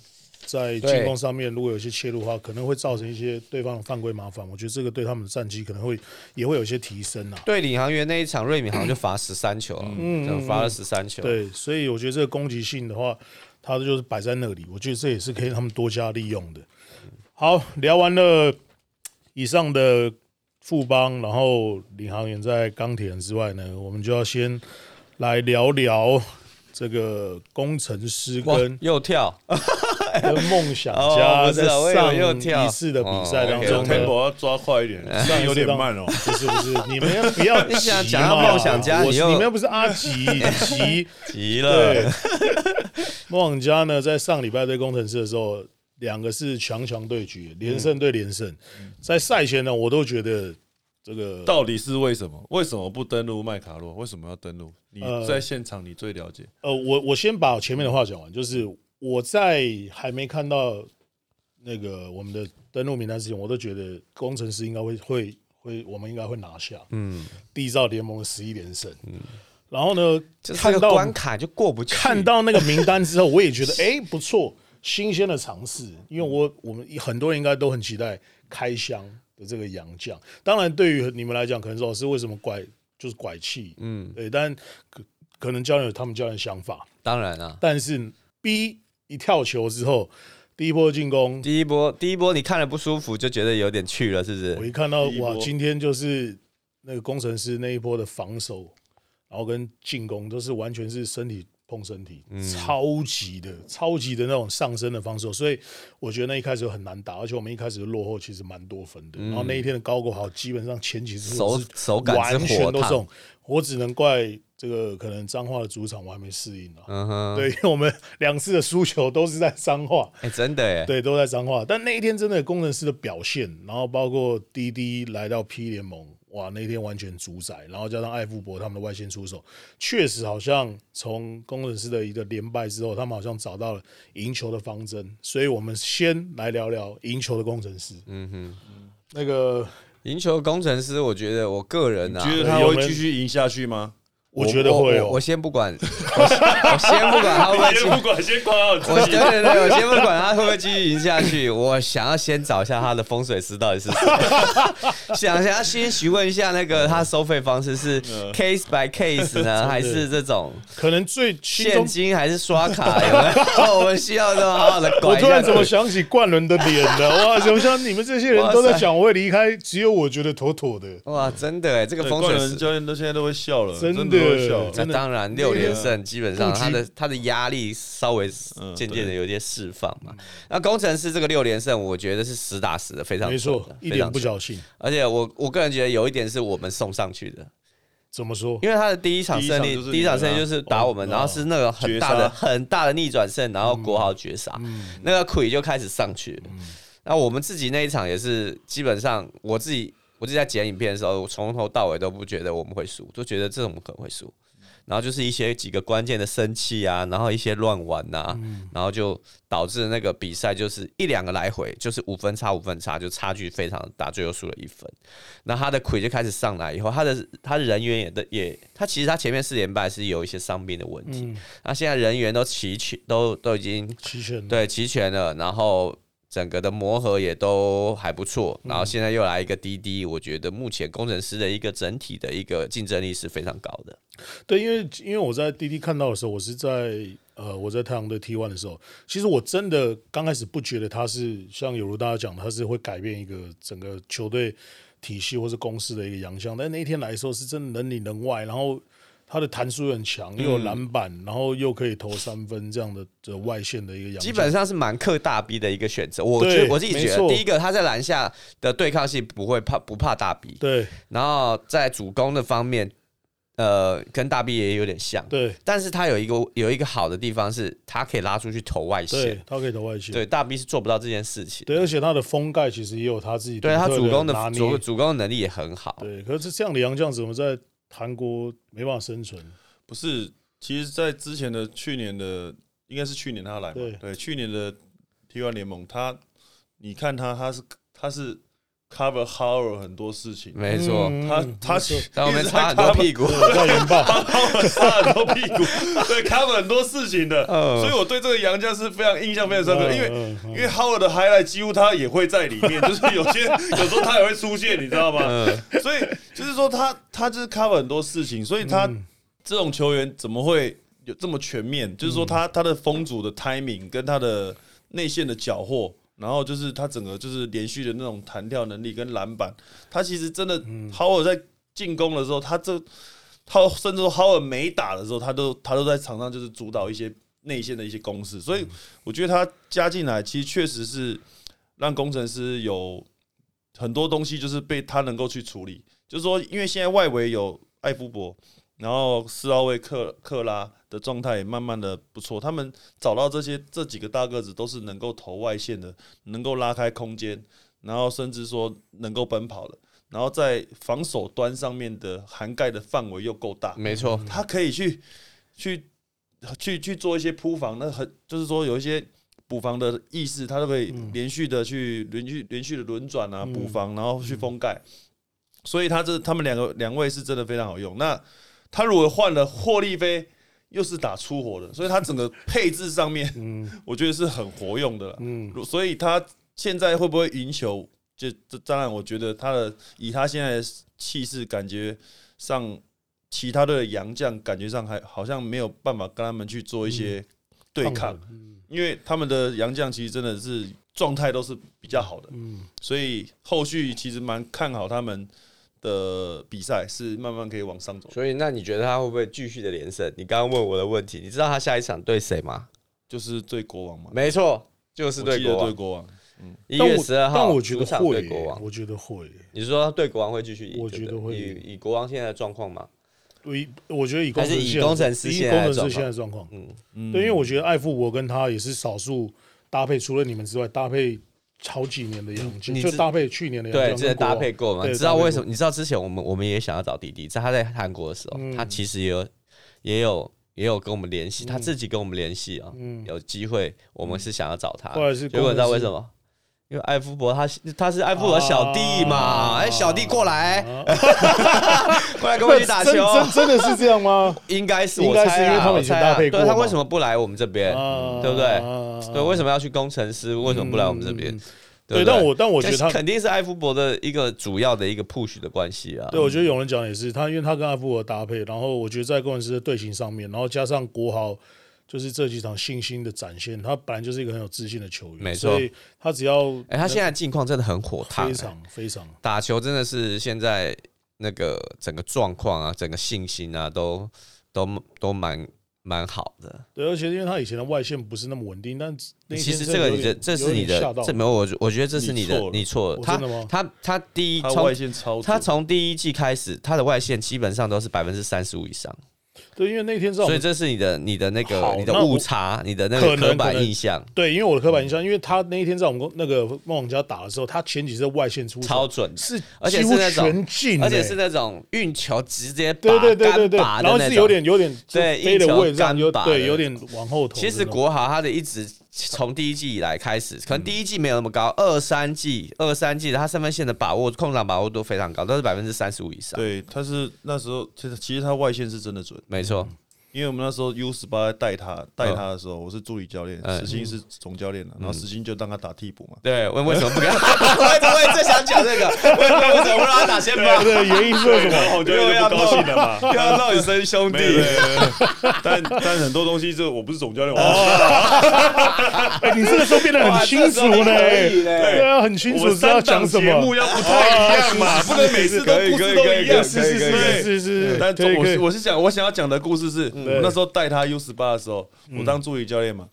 Speaker 1: 在进攻上面如果有一些切入的话，可能会造成一些对方的犯规麻烦。我觉得这个对他们的战绩可能会也会有一些提升啊。
Speaker 3: 对领航员那一场，瑞敏好像就罚十三球，嗯，罚了十三球。，
Speaker 1: 对，啊所以我觉得这个攻击性的话，它就是摆在那里，我觉得这也是可以他们多加利用的。好，聊完了以上的富邦，然后领航员在钢铁人之外呢，我们就要先来聊聊这个工程师
Speaker 3: 哇
Speaker 1: 跟，
Speaker 3: 又跳，
Speaker 1: 跟梦想
Speaker 3: 哦
Speaker 1: 家
Speaker 3: 不是
Speaker 1: 在
Speaker 3: 啊我以为
Speaker 1: 上
Speaker 3: 又跳
Speaker 1: 一次的比赛
Speaker 3: 哦
Speaker 1: 当
Speaker 2: 这
Speaker 3: OK，OK
Speaker 2: 种
Speaker 1: 中呢
Speaker 2: tempo 要抓啊快一 点，这样有点慢哦。
Speaker 1: 不是不是，你们要不要
Speaker 3: 你想
Speaker 1: 急
Speaker 3: 讲到
Speaker 1: 嘛
Speaker 3: 梦想家
Speaker 1: 我
Speaker 3: 你
Speaker 1: 是
Speaker 3: 又
Speaker 1: 你们又不是阿 吉吉。
Speaker 3: 急
Speaker 1: 对
Speaker 3: 了，，
Speaker 1: 梦想家呢，在上礼拜对工程师的时候，两个是强强对决，连胜对连胜。在赛前呢，我都觉得这个
Speaker 2: 到底是为什么？为什么不登录麦卡洛？为什么要登录？你
Speaker 1: 呃
Speaker 2: 在现场你最了解。
Speaker 1: 呃，我我先把前面的话讲完，就是我在还没看到那个我们的登录名单之前，我都觉得工程师应该会会会，我们应该会拿下，嗯，缔造联盟十一连胜，嗯。然后呢，
Speaker 3: 就是
Speaker 1: 看
Speaker 3: 这个
Speaker 1: 到
Speaker 3: 关卡就过不去。
Speaker 1: 看到那个名单之后，我也觉得哎、诶不错，新鲜的尝试。因为我我们很多人应该都很期待开箱的这个洋将。当然，对于你们来讲，可能说老师为什么拐就是拐气，嗯，对。但可可能教练有他们教练的想法，
Speaker 3: 当然啊，
Speaker 1: 但是 B 一跳球之后，第一波进攻，
Speaker 3: 第一波，第一波你看了不舒服，就觉得有点去了，是不
Speaker 1: 我
Speaker 3: 是？
Speaker 1: 一看到
Speaker 2: 第一波
Speaker 1: 哇，今天就是那个工程师那一波的防守，然后跟进攻都是完全是身体碰身体，
Speaker 3: 嗯
Speaker 1: 超级的超级的那种上升的防守，所以我觉得那一开始很难打，而且我们一开始落后其实蛮多分的。然后那一天的高国豪基本上前几次
Speaker 3: 嗯手手感之
Speaker 1: 完全
Speaker 3: 火
Speaker 1: 都
Speaker 3: 烫
Speaker 1: 中，，我只能怪这个可能彰化的主场我还没适应啊。
Speaker 3: 嗯哼，
Speaker 1: 对，因为我们两次的输球都是在彰化，
Speaker 3: 哎，真的哎，
Speaker 1: 对，都在彰化。但那一天真的工程师的表现，然后包括滴滴来到 P 联盟，哇，那一天完全主宰，然后加上艾富博他们的外线出手，确实好像从工程师的一个连败之后，他们好像找到了赢球的方针。所以我们先来聊聊赢球的工程师。嗯哼，那个
Speaker 3: 赢球工程师，我觉得我个人啊
Speaker 2: 觉，得他会继续赢下去 吗？
Speaker 1: 我觉得会
Speaker 3: 我我
Speaker 1: 哦，
Speaker 3: 先不管，我先不管他会不 会进
Speaker 2: 先不管，先管好
Speaker 3: 我
Speaker 2: 自己
Speaker 3: 对。对对，我先不管他会不会继续赢下去，我想要先找一下他的风水师到底是 谁，想想要先询问一下那个他收费方 式是
Speaker 1: 嗯
Speaker 3: case by case 呢，还是这种
Speaker 1: 可能最心
Speaker 3: 现
Speaker 1: 中。
Speaker 3: 金还是刷卡？有没有？ 我们需要这么好好的
Speaker 1: 我
Speaker 3: 管一
Speaker 1: 突
Speaker 3: 下
Speaker 1: 然怎么想起冠伦的脸了？哇！我想你们这些人都在讲我会离开，只有我觉得妥妥的。
Speaker 3: 哇，真的哎，这个
Speaker 2: 对
Speaker 3: 风
Speaker 2: 灌
Speaker 3: 水
Speaker 2: 人
Speaker 3: 师。
Speaker 2: 教练都现在都会笑了，
Speaker 1: 真
Speaker 2: 真
Speaker 1: 的
Speaker 2: 的会笑了。
Speaker 1: 真
Speaker 3: 哦那
Speaker 1: 的
Speaker 3: 当然，六连胜基本上
Speaker 1: 布局嗯
Speaker 3: 他的他的压力稍微渐渐的有些释放嘛。那工程师这个六连胜，我觉得是实打实的，非常
Speaker 1: 没错
Speaker 3: 准的，
Speaker 1: 一
Speaker 3: 非
Speaker 1: 点
Speaker 3: 常
Speaker 1: 不
Speaker 3: 准
Speaker 1: 侥幸。
Speaker 3: 而且我我个人觉得有一点是我们送上去的，
Speaker 1: 怎么说？
Speaker 3: 因为他的第一场胜
Speaker 2: 第一
Speaker 3: 利
Speaker 2: 场就是，
Speaker 3: 第一场胜利就是打我们，
Speaker 1: 哦
Speaker 3: 然后是那个很大
Speaker 2: 绝杀
Speaker 3: 的很大的逆转胜，然后国豪绝杀，那个奎就开始上去了。那我们自己那一场也是，基本上我自己我自己在剪影片的时候，我从头到尾都不觉得我们会输，就觉得这种可能会输。然后就是一些几个关键的生气啊，然后一些乱玩呐、然后就导致那个比赛就是一两个来回，就是五分差五分差，就差距非常大，最后输了一分。那他的魁就开始上来以后，他的他的人员也的也，他其实他前面四连败是有一些伤病的问
Speaker 1: 嗯
Speaker 3: 题，那现在人员都齐全，都都已经
Speaker 1: 齐全的
Speaker 3: 对齐全了，然后整个的磨合也都还不错，
Speaker 1: 嗯
Speaker 3: 然后现在又来一个滴滴，我觉得目前工程师的一个整体的一个竞争力是非常高的。
Speaker 1: 对，因为因为我在滴滴看到的时候，我是在呃我在太阳的 T one 的时候，其实我真的刚开始不觉得他是像有如大家讲的，他是会改变一个整个球队体系或是公司的一个洋相。但那一天来的时候，是真的能里能外，然后他的弹速又很强，又有
Speaker 3: 嗯
Speaker 1: 篮板，然后又可以投三分这样的的外线的一个洋将。
Speaker 3: 基本上是蛮克大 B 的一个选择，我觉
Speaker 1: 对
Speaker 3: 得我自己觉
Speaker 1: 没
Speaker 3: 得，
Speaker 1: 错
Speaker 3: 第一个他在篮下的对抗性不会怕不怕大 B，
Speaker 1: 对
Speaker 3: 然后在主攻的方面，呃，跟大 B 也有点像，
Speaker 1: 对
Speaker 3: 但是他有一个有一个好的地方是，他可以拉出去投外
Speaker 1: 对
Speaker 3: 线，，
Speaker 1: 他可以投外线。
Speaker 3: 对大 B 是做不到这件事情，
Speaker 1: 对，而且他的封盖其实也有他自己
Speaker 3: 对他
Speaker 1: 独特
Speaker 3: 主攻
Speaker 1: 拿
Speaker 3: 的
Speaker 1: 捏
Speaker 3: 主主攻能力也很好，
Speaker 1: 对，可是这样的洋将怎么在韩国没办法生存？
Speaker 2: 不是，其实，在之前的去年的，应该是去年他来嘛，
Speaker 1: 对
Speaker 2: 对，去年的 T1 联盟，他你看他，他是他是 cover Howard 很多事情，
Speaker 3: 没错，
Speaker 1: 嗯
Speaker 2: 他他
Speaker 1: 是
Speaker 3: 但我
Speaker 2: 一
Speaker 3: 们
Speaker 2: 直
Speaker 3: 差很
Speaker 2: 在
Speaker 3: 多
Speaker 2: cover
Speaker 3: 屁股，
Speaker 1: 在研报，
Speaker 2: Howard 擦很多屁股，对 cover 很多事情的，
Speaker 3: 嗯
Speaker 2: 所以我对这个杨将是非常印象非常深刻，因为。
Speaker 1: 嗯嗯
Speaker 2: 因为 Howard 的 highlight 几乎他也会在里面，就是有些有时候他也会出现，你知道吗？所以就是说他他就是 cover 很多事情，所以他这种球员怎么会有这么全面？就是说他他的封阻的 timing 跟他的内线的缴获。然后就是他整个就是连续的那种弹跳能力跟篮板，他其实真的 Howard 在进攻的时候，他这他甚至说 Howard 没打的时候，他都他都在场上就是主导一些内线的一些攻势，所以我觉得他加进来其实确实是让工程师有很多东西就是被他能够去处理，就是说因为现在外围有艾夫伯，然后斯奥维克克拉的状态也慢慢的不错，他们找到这些这几个大个子都是能够投外线的，能够拉开空间，然后甚至说能够奔跑的。然后在防守端上面的涵盖的范围又够大，
Speaker 3: 没错，
Speaker 2: 他可以去去去去做一些铺防，那很就是说有一些补防的意识，他都可以连续的去连续连续的轮转啊，补防，然后去封盖。所以他这他们两个两位是真的非常好用。那他如果换了霍利菲，又是打出火的，所以他整个配置上面，我觉得是很活用的啦。嗯，所以他现在会不会赢球？就这当然，我觉得他的以他现在的气势，感觉上其他队的洋将感觉上还好像没有办法跟他们去做一些对抗，因为他们的洋将其实真的是状态都是比较好的，所以后续其实蛮看好他们的比赛是慢慢可以往上走，
Speaker 3: 所以那你觉得他会不会继续的连胜？你刚刚问我的问题，你知道他下一场对谁吗？
Speaker 2: 就是对国王嘛，
Speaker 3: 没错，就是
Speaker 2: 我
Speaker 3: 对
Speaker 2: 记得
Speaker 3: 国
Speaker 2: 对
Speaker 3: 王，
Speaker 2: 国王，
Speaker 3: 一
Speaker 1: 但
Speaker 3: 月
Speaker 1: 我
Speaker 3: 十二号
Speaker 1: 但我觉得
Speaker 3: 主场
Speaker 1: 会
Speaker 3: 对
Speaker 1: 耶
Speaker 3: 国，王。
Speaker 1: 我觉得会耶。
Speaker 3: 你是说对国王会继续赢？
Speaker 1: 我
Speaker 3: 对
Speaker 1: 觉
Speaker 3: 不对
Speaker 1: 得会赢
Speaker 3: 以以国王现在的状况嘛，
Speaker 1: 我以我觉得以工
Speaker 3: 还是
Speaker 1: 程
Speaker 3: 以
Speaker 1: 师
Speaker 3: 工程师
Speaker 1: 以
Speaker 3: 现在的
Speaker 1: 工程
Speaker 3: 状
Speaker 1: 师
Speaker 3: 况
Speaker 1: 现在的状况，
Speaker 2: 嗯
Speaker 1: 对，因为我觉得艾富伯跟他也是少数搭配，除了你们之外搭配好几年的洋将，
Speaker 3: 你
Speaker 1: 就
Speaker 3: 知
Speaker 1: 搭配去年的洋将
Speaker 3: 对，
Speaker 1: 跟
Speaker 3: 之前
Speaker 1: 国
Speaker 3: 搭
Speaker 1: 王
Speaker 3: 配过嘛？
Speaker 1: 对
Speaker 3: 你知道为什
Speaker 1: 搭配
Speaker 3: 么？你知道之前我们我们也想要找弟弟，在他在韩国的时候，
Speaker 1: 嗯
Speaker 3: 他其实也有也有也有跟我们联系，他自己跟我们联系啊，
Speaker 1: 嗯
Speaker 3: 有机会我们是想要找他，
Speaker 1: 后嗯来是
Speaker 3: 结果你知道
Speaker 1: 工
Speaker 3: 为
Speaker 1: 程师
Speaker 3: 什么？因为艾夫伯他他是艾夫伯小弟嘛，
Speaker 1: 啊
Speaker 3: 哎、小弟过来， 过来跟我
Speaker 1: 过
Speaker 3: 一起 打球，
Speaker 1: 真真真的是这样吗？
Speaker 3: 应该是
Speaker 1: 应
Speaker 3: 我
Speaker 1: 该是
Speaker 3: 猜啊，
Speaker 1: 因为他们
Speaker 3: 我
Speaker 1: 以前
Speaker 3: 猜啊
Speaker 1: 搭配过
Speaker 3: 对他
Speaker 1: 嘛
Speaker 3: 为什么不来我们这边？
Speaker 1: 啊
Speaker 3: 对不对对，
Speaker 1: 对
Speaker 3: 为什么要去工程师？为什么不来我们这边？
Speaker 1: 对，
Speaker 3: 不
Speaker 1: 但我但我觉得
Speaker 3: 这
Speaker 1: 他
Speaker 3: 是肯定是艾夫伯的一个主要的一个 push 的关系啊。
Speaker 1: 对，我觉得有人讲也是，他因为他跟阿布尔搭配，然后我觉得在工程师的队形上面，然后加上国豪就是这几场信心的展现，他本来就是一个很有自信的球员，
Speaker 3: 没错
Speaker 1: 所以他只要
Speaker 3: 哎、他现在近况真的很火烫、
Speaker 1: 非
Speaker 3: 哎
Speaker 1: 常非常
Speaker 3: 打球真的是现在那个整个状况啊，整个信心啊，都都都蛮蛮好的。
Speaker 1: 对，而且因为他以前的外线不是那么稳定，但那一
Speaker 3: 其
Speaker 1: 天
Speaker 3: 实
Speaker 1: 真
Speaker 3: 这个
Speaker 1: 有
Speaker 3: 你的
Speaker 1: 点
Speaker 3: 这
Speaker 1: 有
Speaker 3: 是
Speaker 1: 点
Speaker 3: 你的
Speaker 1: 吓到
Speaker 3: 这没有我觉我觉得这是你的
Speaker 2: 你错了
Speaker 3: 你
Speaker 1: 我
Speaker 3: 错了。他
Speaker 1: 真的吗
Speaker 3: 他他第一
Speaker 2: 他外
Speaker 3: 从
Speaker 2: 线超准
Speaker 3: 他从第一季开始，他的外线基本上都是百分之三十五以上，
Speaker 1: 对，因为那天在我
Speaker 3: 所以
Speaker 1: 们
Speaker 3: 这是你的你的那个
Speaker 1: 好
Speaker 3: 你的
Speaker 1: 那我
Speaker 3: 误差，你的那个
Speaker 1: 可能
Speaker 3: 刻板
Speaker 1: 可能
Speaker 3: 印象
Speaker 1: 对，因为我的刻板印象，因为他那一天在我们公那个梦王家打的时候，他前几次外线出手
Speaker 3: 超准的。
Speaker 1: 是
Speaker 3: 而且
Speaker 1: 几
Speaker 3: 是
Speaker 1: 乎
Speaker 3: 那种
Speaker 1: 全进欸，
Speaker 3: 而且是那种运球直接把
Speaker 1: 对对对对对，
Speaker 3: 干拔的
Speaker 1: 然后
Speaker 3: 那
Speaker 1: 是
Speaker 3: 种
Speaker 1: 有点有点就
Speaker 3: 对
Speaker 1: 飞
Speaker 3: 一
Speaker 1: 的
Speaker 3: 球
Speaker 1: 位置上
Speaker 3: 干
Speaker 1: 有
Speaker 3: 拔的
Speaker 1: 对有点往后投的那嗯
Speaker 3: 其
Speaker 1: 种。
Speaker 3: 实国豪他的一直从第一季以来开始，可能第一季没有那么高，二三季二三季他三分线的把握、空档把握都非常高，都是百分之三十五以上。
Speaker 2: 对，他是那时候其实其实他外线是真的准，
Speaker 1: 嗯
Speaker 3: 没错，
Speaker 2: 因为我们那时候 U 十八带他带他的时候，我是助理教练，
Speaker 3: 哎
Speaker 2: 石鑫是总教练了，啊然后石鑫就当他打替补嘛。
Speaker 3: 对，为为什么不 给他？我也我也正想讲这个，为什么为什么不让他打先
Speaker 4: 对
Speaker 3: 发？
Speaker 4: 对，原因是为什 么？我就
Speaker 3: 又
Speaker 2: 啊
Speaker 3: 要
Speaker 4: 不高兴了嘛。
Speaker 3: 不要闹你生兄
Speaker 4: 没有，没有
Speaker 3: 弟。
Speaker 4: 没有但但很多东西，这我不是总教练，我
Speaker 1: 哎，你这个时候变得很清楚
Speaker 3: 哇这时候
Speaker 1: 呢，
Speaker 3: 可以嘞
Speaker 1: 对啊，很清
Speaker 4: 我
Speaker 1: 楚知道
Speaker 4: 三档
Speaker 1: 讲什
Speaker 4: 节目
Speaker 1: 么。
Speaker 4: 要不太一样嘛，不能每次都
Speaker 2: 可以
Speaker 4: 故
Speaker 2: 可
Speaker 4: 事
Speaker 2: 以
Speaker 4: 都
Speaker 2: 可以
Speaker 4: 一样。
Speaker 1: 是是
Speaker 2: 可以可
Speaker 1: 是
Speaker 2: 以
Speaker 1: 是是，
Speaker 2: 但
Speaker 1: 可以
Speaker 2: 我
Speaker 1: 可以嗯
Speaker 2: 是我是想我想要讲的故事是，我那时候带他 U 十八的时候，我当助理教练嘛，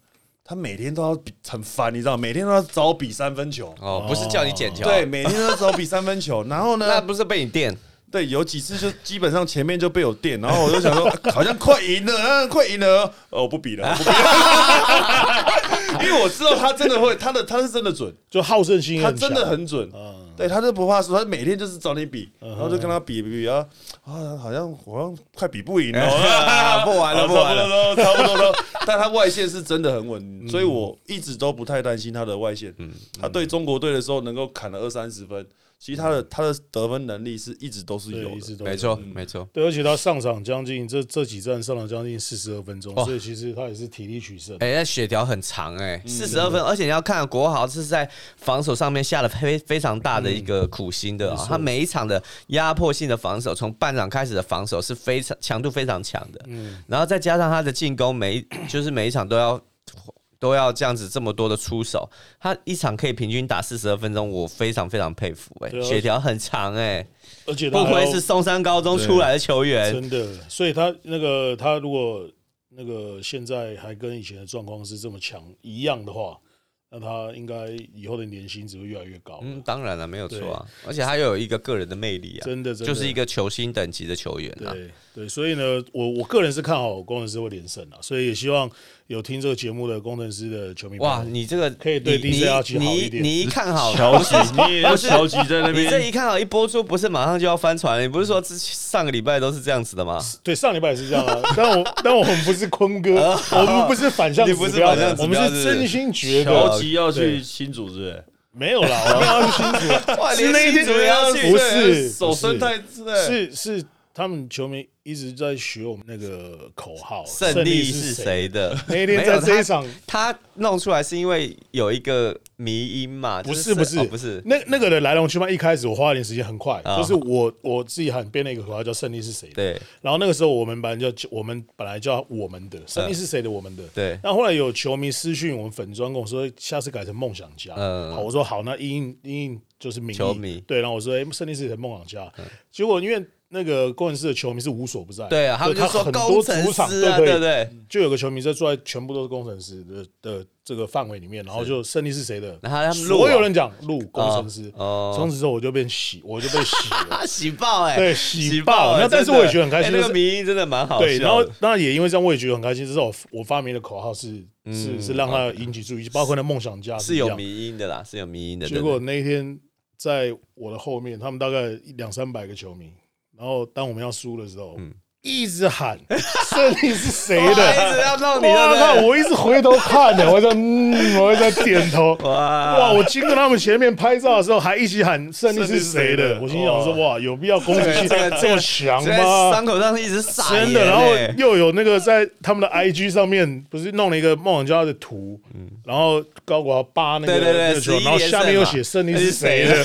Speaker 2: 他每天都要比很烦，你知道，每天都要找我比三分球，
Speaker 3: 哦，不是叫你捡球，
Speaker 2: 对，，每天都要找我比三分 球，然后
Speaker 3: 那
Speaker 2: 呢，
Speaker 3: 不是被你电。
Speaker 2: 对，有几次就基本上前面就被我垫，然后我就 想说，啊好像快赢了，啊快赢了，哦，我不比了，我不比 了，因为我知道他真的会，他的他是真的准，
Speaker 1: 就好胜心也
Speaker 2: 他
Speaker 1: 很强，
Speaker 2: 真的很准，
Speaker 1: 嗯
Speaker 2: 对，他就不怕输，他每天就是找你比，
Speaker 3: 嗯
Speaker 2: 然后就跟他比比比，然后啊，好像好像快比不 赢了， 哦
Speaker 3: 啊不玩了嗯
Speaker 2: 啊
Speaker 3: 不玩
Speaker 2: 差不多都差不多都， 但他外线是真的很稳，所以我一直都不太担心他的外线。
Speaker 3: 嗯
Speaker 2: 他对中国队的时候能够砍了二三十分，其实他
Speaker 3: 嗯
Speaker 2: 的他的得分能力是一直都是
Speaker 1: 对，
Speaker 2: 有
Speaker 1: 一直
Speaker 2: 的。
Speaker 1: 都
Speaker 3: 没
Speaker 1: 有。
Speaker 3: 错，没错。
Speaker 1: 对，而且他上场将近这这几站上了将近四十二分钟，
Speaker 3: 哇
Speaker 1: 所以其实他也是体力取胜。
Speaker 3: 哎、那血条很长哎、四十二分，而且你要看国豪是在防守上面下了非非常大的一个苦心的、啊，他每一场的压迫性的防守，从半场开始的防守是非常强度非常强的，然后再加上他的进攻每一 就是每一场都要都要这样子这么多的出手，他一场可以平均打四十二分钟，我非常非常佩服哎、
Speaker 1: 对啊
Speaker 3: 血条很长哎、
Speaker 1: 而且他
Speaker 3: 不
Speaker 1: 还
Speaker 3: 愧
Speaker 1: 要
Speaker 3: 是松山高中出来的球员，
Speaker 1: 真的，所以他那个他如果那个现在还跟以前的状况是这么强一样的话，那他应该以后的年薪只会越来越高。
Speaker 3: 嗯，当然了，没有错啊，而且他又有一个个人的魅力啊，
Speaker 1: 真的，真的
Speaker 3: 就是一个球星等级的球员啊。
Speaker 1: 对对，所以呢，我我个人是看好工程师会连胜啊，所以也希望有听这个节目的工程师的球迷朋友
Speaker 3: 哇，你这个
Speaker 1: 可以对
Speaker 3: 你
Speaker 1: DJ 要
Speaker 3: 你
Speaker 1: 去好一点
Speaker 3: 你你一 看好，
Speaker 4: 乔 吉，你也要乔吉在那
Speaker 3: 你这
Speaker 4: 边，
Speaker 3: 一看好一播出，不是马上就要翻船了？你不是说之前上个礼拜都是这样子的吗？
Speaker 1: 对上礼拜也是这样啊， 但我但我们不是坤哥，我们不是反向
Speaker 3: 啊你
Speaker 1: 指
Speaker 3: 不是
Speaker 1: 标
Speaker 3: 反向
Speaker 1: 的，
Speaker 3: 指
Speaker 1: 我们
Speaker 3: 标
Speaker 1: 是
Speaker 3: 是
Speaker 1: 真心觉
Speaker 3: 乔
Speaker 1: 得
Speaker 4: 乔吉要去新组
Speaker 2: 欸
Speaker 4: 织，
Speaker 1: 没有啦，我要去清楚，
Speaker 3: 哇，
Speaker 2: 是那一天
Speaker 3: 主要
Speaker 1: 不
Speaker 3: 去
Speaker 1: 是
Speaker 2: 手伸太是
Speaker 1: 是是，他们球迷一直在学我们那个口号，
Speaker 3: 胜利是
Speaker 1: 是？
Speaker 3: 谁的？
Speaker 1: 那一
Speaker 3: 没
Speaker 1: 天在
Speaker 3: 有
Speaker 1: 这
Speaker 3: 他
Speaker 1: 一场，
Speaker 3: 他弄出来是因为有一个迷因嘛？
Speaker 1: 不
Speaker 3: 就是
Speaker 1: 不是
Speaker 3: 哦不是，
Speaker 1: 那那个的来龙去脉，一开始我花了点时间，很快，
Speaker 3: 啊
Speaker 1: 就是我我自己喊编了一个口号叫“胜利是谁”，的”。
Speaker 3: 对
Speaker 1: 然后那个时候我们本来叫我们本来叫我们的胜利是谁的我们的。
Speaker 3: 嗯对
Speaker 1: 那后来有球迷私讯我们粉专跟我说，哎下次改成梦想家。
Speaker 3: 嗯
Speaker 1: 好，我说好，那因应因应就是民意
Speaker 3: 球迷嗯
Speaker 1: 对，然后我说哎，胜利是谁的梦想家？结果因为那个工程师的球迷是无所不在，
Speaker 3: 对啊，他们就说
Speaker 1: 很
Speaker 3: 工
Speaker 1: 多
Speaker 3: 程
Speaker 1: 主场
Speaker 3: 师啊，
Speaker 1: 都可以
Speaker 3: 对不对？
Speaker 1: 就有个球迷在坐在全部都是工程师的的这个范围里面，然后就胜利是谁的，
Speaker 3: 然后他们录啊
Speaker 1: 所有人讲录工程师，
Speaker 3: 哦哦
Speaker 1: 从此之后我就变洗，我就被洗了。
Speaker 3: 啊， 喜报哎，
Speaker 1: 对
Speaker 3: 喜
Speaker 1: 喜报
Speaker 3: 哎
Speaker 1: 那但是
Speaker 3: 真的
Speaker 1: 我也觉得很开心
Speaker 3: 哎那
Speaker 1: 就
Speaker 3: 个
Speaker 1: 是
Speaker 3: 迷因真的蛮好笑的。
Speaker 1: 对，然后那也因为这样，我也觉得很开心。这是我我发明的口号是是是让他引起注意，包括那梦想家
Speaker 3: 嗯是
Speaker 1: 一
Speaker 3: 有
Speaker 1: 样
Speaker 3: 迷因的啦，是有迷因的。
Speaker 1: 结果那一天在我的后面，他们大概两三百个球迷，然后当我们要输的时候，
Speaker 3: 嗯
Speaker 1: 一直喊 胜利是谁
Speaker 3: 真的哇一
Speaker 1: 的。
Speaker 3: 直要哎弄你，
Speaker 1: 哇！
Speaker 3: 对不
Speaker 1: 那
Speaker 3: 对
Speaker 1: 我一直回头看呢， 我在嗯，我在点头。
Speaker 3: 哇
Speaker 1: 哇！我经过他们前面拍照的时候，还一起喊胜利是谁
Speaker 2: 胜利是谁
Speaker 1: 的
Speaker 2: 的。
Speaker 1: 我心想说：哇，有必要攻击性
Speaker 3: 这个这个
Speaker 1: 这么强
Speaker 3: 在
Speaker 1: 吗？
Speaker 3: 伤口上一直撒
Speaker 1: 真的，
Speaker 3: 盐
Speaker 1: 然后
Speaker 3: 欸
Speaker 1: 又有那个在他们的 IG 上面不是弄了一个梦想家的图，然后高国豪扒那个
Speaker 3: 对对对
Speaker 1: 那个球
Speaker 3: 11
Speaker 1: 然后下面又写
Speaker 3: 连胜
Speaker 1: 胜
Speaker 3: 嘛
Speaker 1: 利是谁的，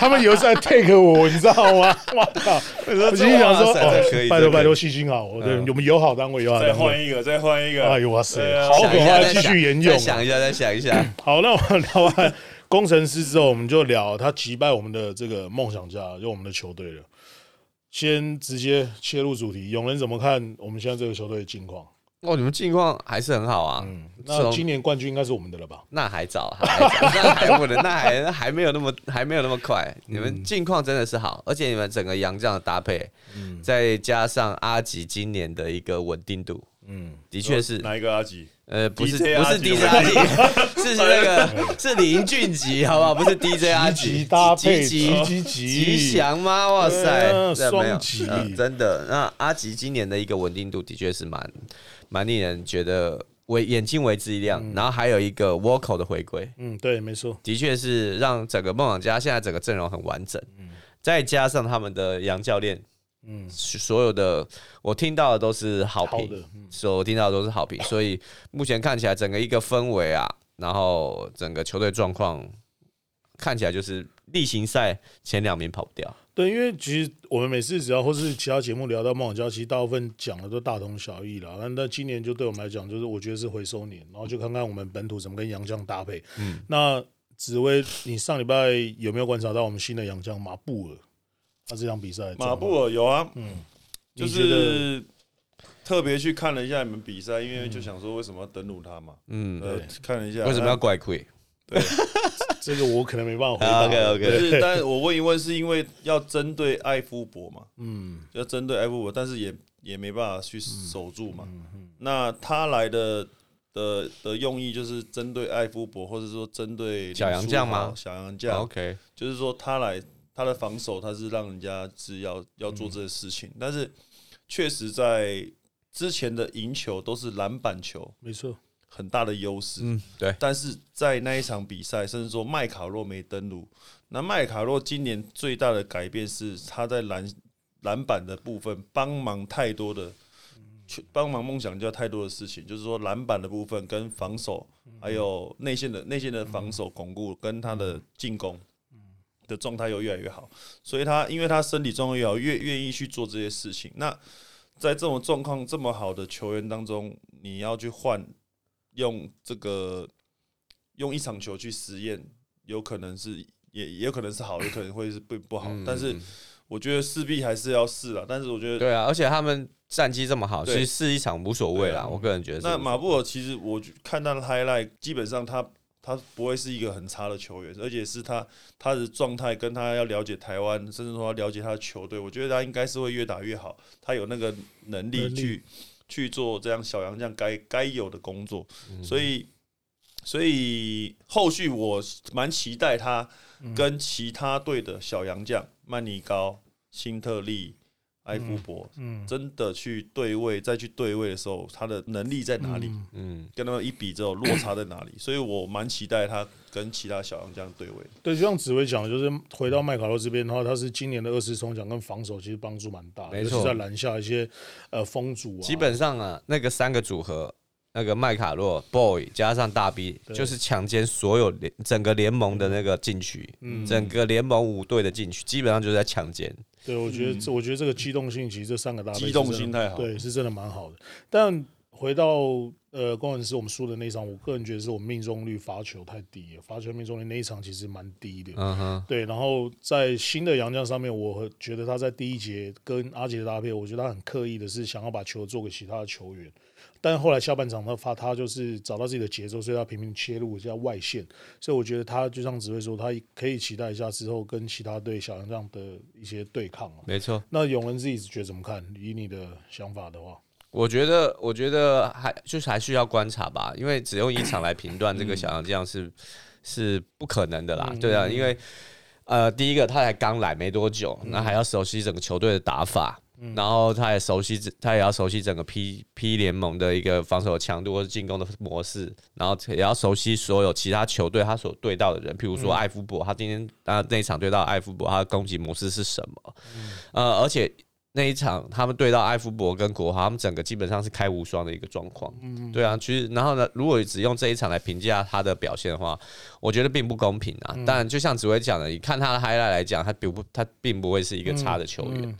Speaker 1: 他们有在 take 我，你知道吗？我靠！
Speaker 3: 说
Speaker 1: 我心想说，
Speaker 3: 哇塞
Speaker 1: 哦
Speaker 3: 这可以，
Speaker 1: 拜
Speaker 3: 这可
Speaker 1: 托
Speaker 3: 以
Speaker 1: 拜托，细心好，我对我们友好单位友好
Speaker 4: 再
Speaker 1: 单
Speaker 4: 换
Speaker 1: 位，
Speaker 4: 一个，再换一个。
Speaker 1: 哎呦哇塞
Speaker 4: 对，啊
Speaker 1: 好
Speaker 3: 想
Speaker 1: 可
Speaker 3: 一下
Speaker 1: 怕，继
Speaker 3: 再想
Speaker 1: 续沿用啊嗯
Speaker 3: 再。想一下，再想一下。
Speaker 1: 好，那我们聊完工程师之后，我们就聊他击败我们的这个梦想家，就我们的球队了。先直接切入主题，永仁怎么看我们现在这个球队的近况？
Speaker 3: 哦，你们近况还是很好啊。
Speaker 1: 嗯那今年冠军应该是我们的了吧？
Speaker 3: 那还早，还早那还不能，那还 那还没有那么还没有那么快。
Speaker 1: 嗯
Speaker 3: 你们近况真的是好，而且你们整个洋将的搭配，
Speaker 1: 嗯
Speaker 3: 再加上阿吉今年的一个稳定度，嗯，的确是，
Speaker 4: 哪一个阿吉？
Speaker 3: 呃，不是
Speaker 4: DJ
Speaker 3: 不是
Speaker 4: 阿吉
Speaker 3: DJ 阿吉， 是那个是林俊杰，好不好？不 是 DJ 阿吉，
Speaker 1: 极搭配，
Speaker 3: 吉吉
Speaker 1: 极极
Speaker 3: 吉
Speaker 1: 极，
Speaker 3: 祥吗？哇塞，
Speaker 1: 嗯
Speaker 3: 这没有
Speaker 1: 双吉
Speaker 3: 嗯真的。那阿吉今年的一个稳定度的确是蛮蛮令人觉得为眼睛为之一亮。然后还有一个 w o c o 的回归，
Speaker 1: 嗯，对，没错，
Speaker 3: 的确是让整个梦想家现在整个阵容很完整，再加上他们的杨教练
Speaker 1: 嗯，
Speaker 3: 所有的我听到的都是好
Speaker 1: 好
Speaker 3: 评，
Speaker 1: 的，嗯
Speaker 3: 所以我听到的都是好评，所以目前看起来整个一个氛围啊，然后整个球队状况看起来就是例行赛前两名跑不掉。
Speaker 1: 对，因为其实我们每次只要或是其他节目聊到梦想家，其实大部分讲的都大同小异啦。那那今年就对我们来讲，就是我觉得是回收年，然后就看看我们本土怎么跟洋将搭配。嗯，那紫薇，你上礼拜有没有观察到我们新的洋将马布尔？他这场比赛，
Speaker 2: 马布尔有啊，
Speaker 3: 嗯
Speaker 2: 就
Speaker 1: 你觉得
Speaker 2: 是特别去看了一下你们比赛，因为就想说为什么要登录他嘛，
Speaker 3: 嗯，
Speaker 2: 呃
Speaker 1: 对，
Speaker 2: 看了一下
Speaker 3: 为什么要怪亏？
Speaker 1: 这个我可能没办法回答。
Speaker 3: 啊 OK
Speaker 2: 可
Speaker 3: OK，
Speaker 2: 是，但我问一问，是因为要针对艾夫伯嘛？
Speaker 1: 嗯，
Speaker 2: 要针对艾夫伯，但是也也没办法去守住嘛。那他来的的的用意就是针对艾夫伯，或者说针对
Speaker 3: 小杨将吗
Speaker 2: 林书豪小杨将，
Speaker 3: OK，
Speaker 2: 就是说他来他的防守，他是让人家是要要做这个事情，但是确实在之前的赢球都是篮板球
Speaker 1: 没错，
Speaker 2: 很大的优势，
Speaker 3: 嗯，对，
Speaker 2: 但是在那一场比赛，甚至说麦卡洛没登录，那麦卡洛今年最大的改变是他在篮篮板的部分帮忙太多的，去帮忙梦想家太多的事情，就是说篮板的部分跟防守，还有内线的内线的防守巩固跟他的进攻。的状态又越来越好，所以他因为他身体状况越好，越愿意去做这些事情。那在这种状况这么好的球员当中，你要去换用这个用一场球去实验，有可能是也也有可能是好，有可能会是不不好。但是我觉得势必还是要试啦。但是我觉得
Speaker 3: 对啊，而且他们战绩这么好，其
Speaker 2: 对
Speaker 3: 实试一场无所谓啦。我个人觉得是无所
Speaker 2: 那
Speaker 3: 谓，
Speaker 2: 马布尔其实我看到的 highlight，基本上他他不会是一个很差的球员，而且是他他的状态跟他要了解台湾，甚至说要了解他的球队，我觉得他应该是会越打越好，他有那个能力
Speaker 1: 能力
Speaker 2: 去去做这样小杨这样该该有的工作，所以。所以后续我蛮期待他跟其他队的小洋将曼尼高、辛特利、埃夫伯，
Speaker 1: 嗯
Speaker 2: 真的去对位，再去对位的时候，他的能力在哪里？
Speaker 1: 嗯
Speaker 3: 嗯，
Speaker 2: 跟他们一比之后，落差在哪里？所以我蛮期待他跟其他小杨这样对位。
Speaker 1: 对，就像紫薇讲的，就是回到麦卡洛这边的话，他是今年的二次冲奖跟防守其实帮助蛮大的，
Speaker 3: 没
Speaker 1: 尤其
Speaker 3: 错
Speaker 1: 在篮下一些呃封阻啊，
Speaker 3: 基本上啊，那个三个组合，那个麦卡洛、Boy 加上大 B，
Speaker 1: 对
Speaker 3: 就是强奸所有联整个联盟的那个禁区，整个联盟五队的禁区，基本上就是在强奸。
Speaker 1: 对，我觉得这、我觉得这个机动性，其实这三个搭配
Speaker 2: 机
Speaker 1: 是
Speaker 2: 动
Speaker 1: 真的
Speaker 2: 性太好
Speaker 1: 对，是真的蛮好的。但回到呃，工程师我们输的那一场，我个人觉得是我们命中率罚球太低了，罚球命中率那一场其实蛮低的。
Speaker 3: 嗯哼，
Speaker 1: 对，然后在新的洋将上面，我觉得他在第一节跟阿杰的搭配，我觉得他很刻意的是想要把球做给其他的球员，但后来下半场他发他就是找到自己的节奏，所以他频频切入叫外线，所以我觉得他就像紫薇说，他可以期待一下之后跟其他队小洋将的一些对抗啊。
Speaker 3: 没错。
Speaker 1: 那永仁自己觉得怎么看？以你的想法的话，
Speaker 3: 我觉得，我觉得还就是还需要观察吧，因为只用一场来评断这个小杨这样是、是不可能的啦。对啊，因为呃，第一个他才刚来没多久，那、还要熟悉整个球队的打法，然后他也熟悉，他也要熟悉整个 P P 联盟的一个防守的强度或者进攻的模式，然后也要熟悉所有其他球队他所对到的人，譬如说艾夫伯，他今天啊、那一场对到艾夫伯，他的攻击模式是什么？呃，而且那一场他们对到埃夫伯跟国豪，他们整个基本上是开无双的一个状况。对啊，其实然后呢，如果只用这一场来评价他的表现的话，我觉得并不公平啊。当然，就像紫薇讲的，你看他的 highlight 来讲，他并不他并不会是一个差的球员。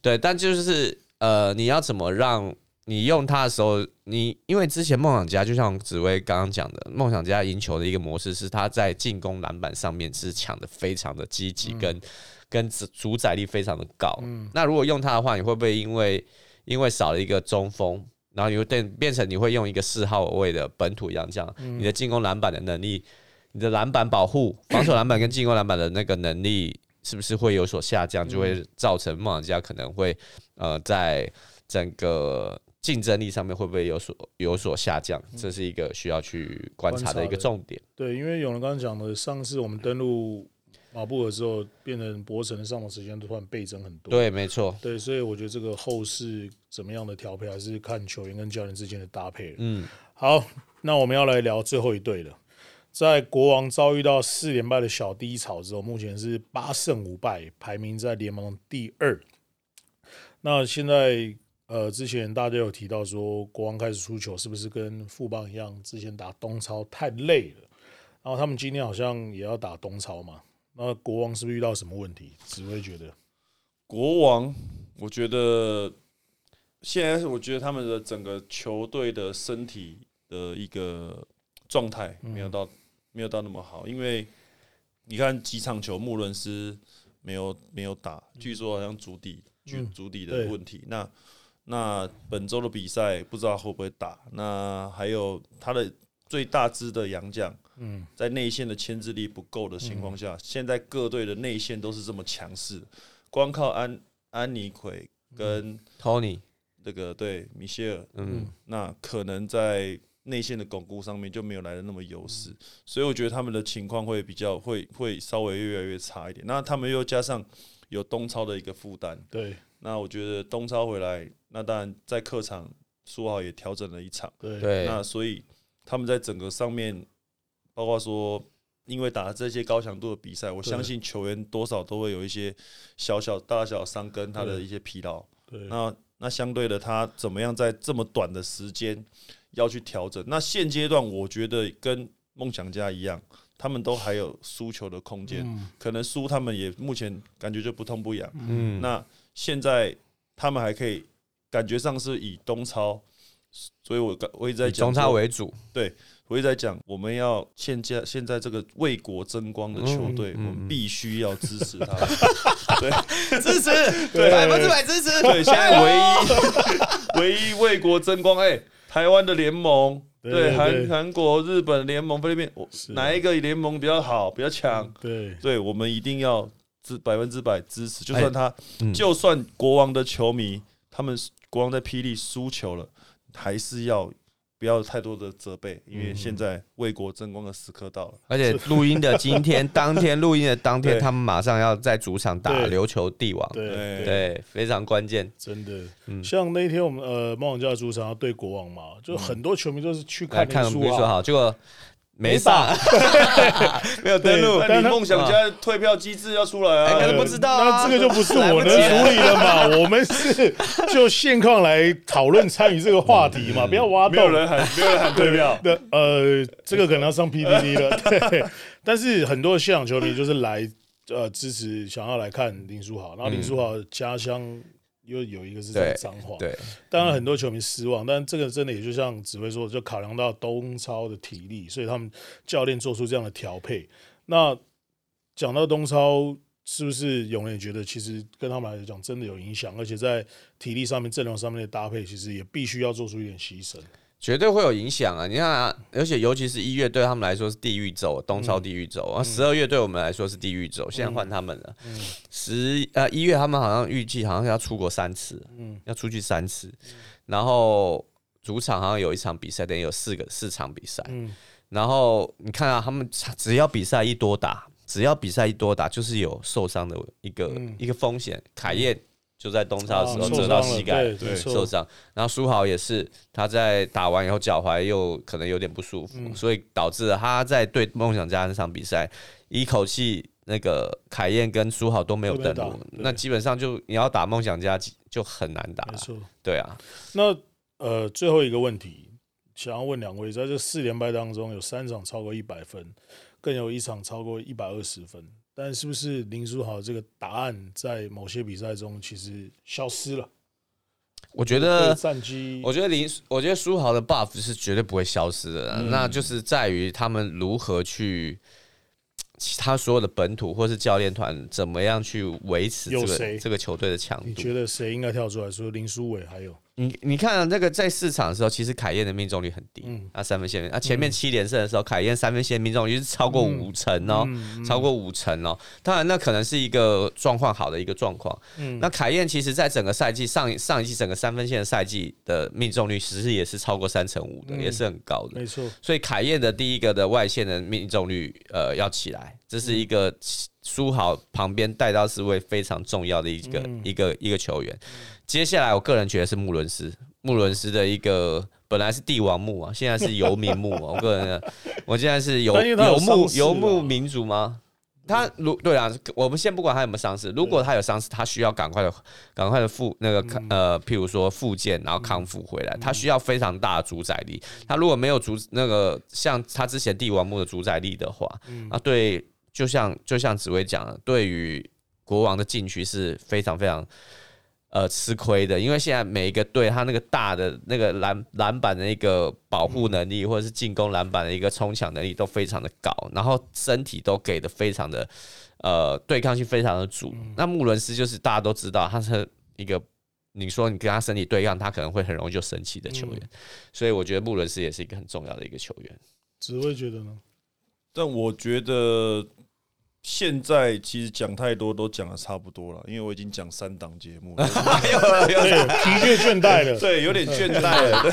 Speaker 3: 对，但就是呃，你要怎么让你用它的时候，你因为之前梦想家就像紫薇刚刚讲的，梦想家赢球的一个模式是他在进攻篮板上面是抢的非常的积极，跟跟主主宰力非常的高。那如果用它的话，你会不会因为因为少了一个中锋？然后你会变变成你会用一个四号位的本土洋将，你的进攻篮板的能力，你的篮板保护、防守篮板跟进攻篮板的那个能力，是不是会有所下降？就会造成梦想家可能会呃，在整个竞争力上面会不会有所有所下降？这是一个需要去嗯观察的一个重点。
Speaker 1: 对，因为永仁刚刚讲的，上次我们登陆马布尔之后，变成博城的上场时间突然倍增很多。
Speaker 3: 对，没错。
Speaker 1: 对，所以我觉得这个后市怎么样的调配，还是看球员跟教练之间的搭配了。
Speaker 3: 嗯，
Speaker 1: 好，那我们要来聊最后一队了。在国王遭遇到四连败的小低潮之后，目前是八胜五败，排名在联盟第二。那现在呃，之前大家有提到说，国王开始输球，是不是跟富邦一样，之前打东超太累了？然后他们今天好像也要打东超嘛？那国王是不是遇到什么问题？只会觉得
Speaker 2: 国王，我觉得现在我觉得他们的整个球队的身体的一个状态没有到、没有到那么好，因为你看几场球穆伦斯没有没有打，据说好像足底据
Speaker 1: 嗯
Speaker 2: 足底的问题。那那本周的比赛不知道会不会打？那还有他的最大支的洋将，
Speaker 1: 嗯，
Speaker 2: 在内线的牵制力不够的情况下，现在各队的内线都是这么强势，光靠安安妮奎跟
Speaker 3: Tony，
Speaker 2: 这个对米歇尔，
Speaker 3: 嗯，
Speaker 2: 那可能在内线的巩固上面就没有来的那么优势，所以我觉得他们的情况会比较会会稍微越来越差一点。那他们又加上有东超的一个负担，
Speaker 1: 对
Speaker 2: 那我觉得东超回来，那当然在客场苏豪也调整了一场。
Speaker 1: 对
Speaker 3: 对，
Speaker 2: 那所以他们在整个上面，包括说，因为打这些高强度的比赛，我
Speaker 1: 对
Speaker 2: 相信球员多少都会有一些小小大小伤跟他的一些疲劳。
Speaker 1: 对，
Speaker 2: 那那相对的，他怎么样在这么短的时间要去调整？那现阶段我觉得跟梦想家一样，他们都还有输球的空间，
Speaker 1: 嗯
Speaker 2: 可能输他们也目前感觉就不痛不痒。
Speaker 3: 嗯，
Speaker 2: 那现在他们还可以感觉上是以东超，所以我刚我一直在
Speaker 3: 以
Speaker 2: 讲
Speaker 3: 中
Speaker 2: 说
Speaker 3: 超为主，
Speaker 2: 我一直在讲，我们要现在现在这个为国争光的球队，
Speaker 3: 嗯嗯
Speaker 2: 我们必须要支 持他。
Speaker 3: 支持，百分之百支持，
Speaker 2: 对，现在唯一 唯一为国争光，哎、台湾的联盟，
Speaker 1: 对对
Speaker 2: 对韩
Speaker 1: 对
Speaker 2: 韩国、日本联盟、菲律宾，我
Speaker 3: 啊
Speaker 1: 是
Speaker 2: 哪一个联盟比较好、比较
Speaker 3: 嗯
Speaker 2: 强？
Speaker 1: 对
Speaker 2: 对，我们一定要支百分之百支持，就
Speaker 3: 哎
Speaker 2: 算他，
Speaker 3: 嗯
Speaker 2: 就算国王的球迷，他们国王在霹雳输球了，还是要。不要太多的责备，因
Speaker 3: 嗯
Speaker 2: 为现在为国争光的时刻到了。
Speaker 3: 而且录音的今天，当天录音的当天，
Speaker 2: 对
Speaker 3: 他们马上要在主场打
Speaker 1: 对
Speaker 3: 琉球帝王，
Speaker 1: 对
Speaker 2: 对
Speaker 3: 对，非常关键。
Speaker 1: 真的，
Speaker 3: 嗯
Speaker 1: 像那天我们呃梦想家的主场要对国王嘛，
Speaker 2: 嗯
Speaker 1: 就很多球迷都是去
Speaker 3: 来
Speaker 1: 看
Speaker 3: 看我
Speaker 1: 林书啊
Speaker 3: 们比如说
Speaker 1: 豪，
Speaker 3: 好，结果没
Speaker 1: 没打
Speaker 3: 上， 没有登录
Speaker 1: 对，
Speaker 2: 那
Speaker 1: 但
Speaker 2: 你
Speaker 1: 他啊
Speaker 2: 梦想家退票机制要出来
Speaker 3: 哎
Speaker 2: 啊！
Speaker 3: 可能不知道啊
Speaker 1: 那这个就不是
Speaker 3: 来不
Speaker 1: 我
Speaker 3: 及
Speaker 1: 能处理的嘛。 我们是就现况来讨论参与这个话题嘛，不要挖
Speaker 2: 嗯没有
Speaker 1: 洞。。
Speaker 2: 人喊，没有人喊退票
Speaker 1: 那呃，这个可能要上 PPT 了。 对，但是很多现场球迷就是来呃支持，想要来看林书豪。然后林书豪家乡又有一个是在
Speaker 3: 对
Speaker 1: 彰化，
Speaker 3: 对，
Speaker 1: 当然很多球迷失望，但这个真的也就像指挥说，就考量到东超的体力，所以他们教练做出这样的调配。那讲到东超，是不是永远觉得其实跟他们来讲真的有影响，而且在体力上面、阵容上面的搭配，其实也必须要做出一点牺牲。
Speaker 3: 绝对会有影响啊！你看、啊，而且尤其是一月对他们来说是地狱走，东超地狱走
Speaker 1: 嗯
Speaker 3: 啊；十二月对我们来说是地狱走，现在换他们了。十呃一月他们好像预计好像要出国三次，
Speaker 1: 嗯
Speaker 3: 要出去三次，然后主场好像有一场比赛，等于有四个四场比赛。
Speaker 1: 嗯
Speaker 3: 然后你看啊，他们只要比赛一多打，只要比赛一多打，就是有受伤的一个、
Speaker 1: 嗯
Speaker 3: 一个风险。凯燕就在东超的时
Speaker 1: 啊
Speaker 3: 候
Speaker 1: 受
Speaker 3: 折到
Speaker 1: 伤了
Speaker 3: 膝盖，
Speaker 1: 对没错
Speaker 3: 受伤。然后苏豪也是，他在打完以后脚踝又可能有点不舒
Speaker 1: 嗯
Speaker 3: 服，所以导致了他在对梦想家那场比赛一口气。那个凯燕跟苏豪都没有
Speaker 1: 都没
Speaker 3: 登
Speaker 1: 打
Speaker 3: 陆，
Speaker 1: 对
Speaker 3: 那基本上就你要打梦想家就很难打
Speaker 1: 没，错。
Speaker 3: 对啊，
Speaker 1: 那呃，最后一个问题，想要问两位，在这四连败当中，有三场超过一百分，更有一场超过一百二十分。但是不是林书豪这个答案在某些比赛中其实消失了？
Speaker 3: 我觉
Speaker 1: 这
Speaker 2: 呃
Speaker 1: 个
Speaker 3: 得
Speaker 1: 战绩，
Speaker 3: 我觉得林，我觉得苏豪的 buff 是绝对不会消失的啦，
Speaker 1: 嗯
Speaker 3: 那就是在于他们如何去其他所有的本土或是教练团怎么样去维持这
Speaker 1: 有
Speaker 3: 个
Speaker 1: 谁
Speaker 3: 这个球队的强
Speaker 1: 你
Speaker 3: 度。
Speaker 1: 觉得谁应该跳出来？除了林书伟，还有
Speaker 3: 你你看啊那个在市场的时候，其实凯燕的命中率很低，
Speaker 1: 嗯
Speaker 3: 啊三分线，啊前面七连胜的时候，凯燕三分线命中率是超过五成哦，
Speaker 1: 嗯
Speaker 3: 超过五成哦。当然那可能是一个状况好的一个状况。
Speaker 1: 嗯
Speaker 3: 那凯燕其实在整个赛季上上一季整个三分线的赛季的命中率，其实也是超过三成五的，
Speaker 1: 嗯
Speaker 3: 也是很高的。
Speaker 1: 没错，
Speaker 3: 所以凯燕的第一个的外线的命中率，呃，要起来，这是一个苏豪旁边带到是位非常重要的一个、
Speaker 1: 嗯
Speaker 3: 一个一个球员。接下来，我个人觉得是穆伦斯，穆伦斯的一个本来是帝王墓啊， 现在是游民墓啊。我个人，我现在是游
Speaker 1: 但因为他有
Speaker 3: 游
Speaker 1: 伤
Speaker 3: 牧
Speaker 1: 势啊
Speaker 3: 游牧民族吗？他如对啊，我们先不管他有没有伤势，如果他有伤势，他需要赶快的、赶快的复那个
Speaker 1: 嗯
Speaker 3: 康呃，譬如说复健，然后康复回来，他需要非常大的主宰力。他如果没有主那个像他之前帝王墓的主宰力的话，
Speaker 1: 嗯
Speaker 3: 那对就像就像紫薇讲的，对于国王的禁区是非常非常呃吃亏的，因为现在每一个队他那个大的那个篮篮板的一个保护能力，或者是进攻篮板的一个冲抢能力都非常的高，然后身体都给的非常的呃对抗性非常的足。那穆伦斯就是大家都知道他是一个。你说你跟他身体对抗，他可能会很容易就生气的球员，所以我觉得穆伦斯也是一个很重要的一个球员。
Speaker 1: 只会觉得 呢，
Speaker 2: 但我觉得现在其实讲太多都讲的差不多了，因为我已经讲三档节目了，
Speaker 1: 对，哎疲倦倦怠了。
Speaker 2: 对，有点倦怠 了。对，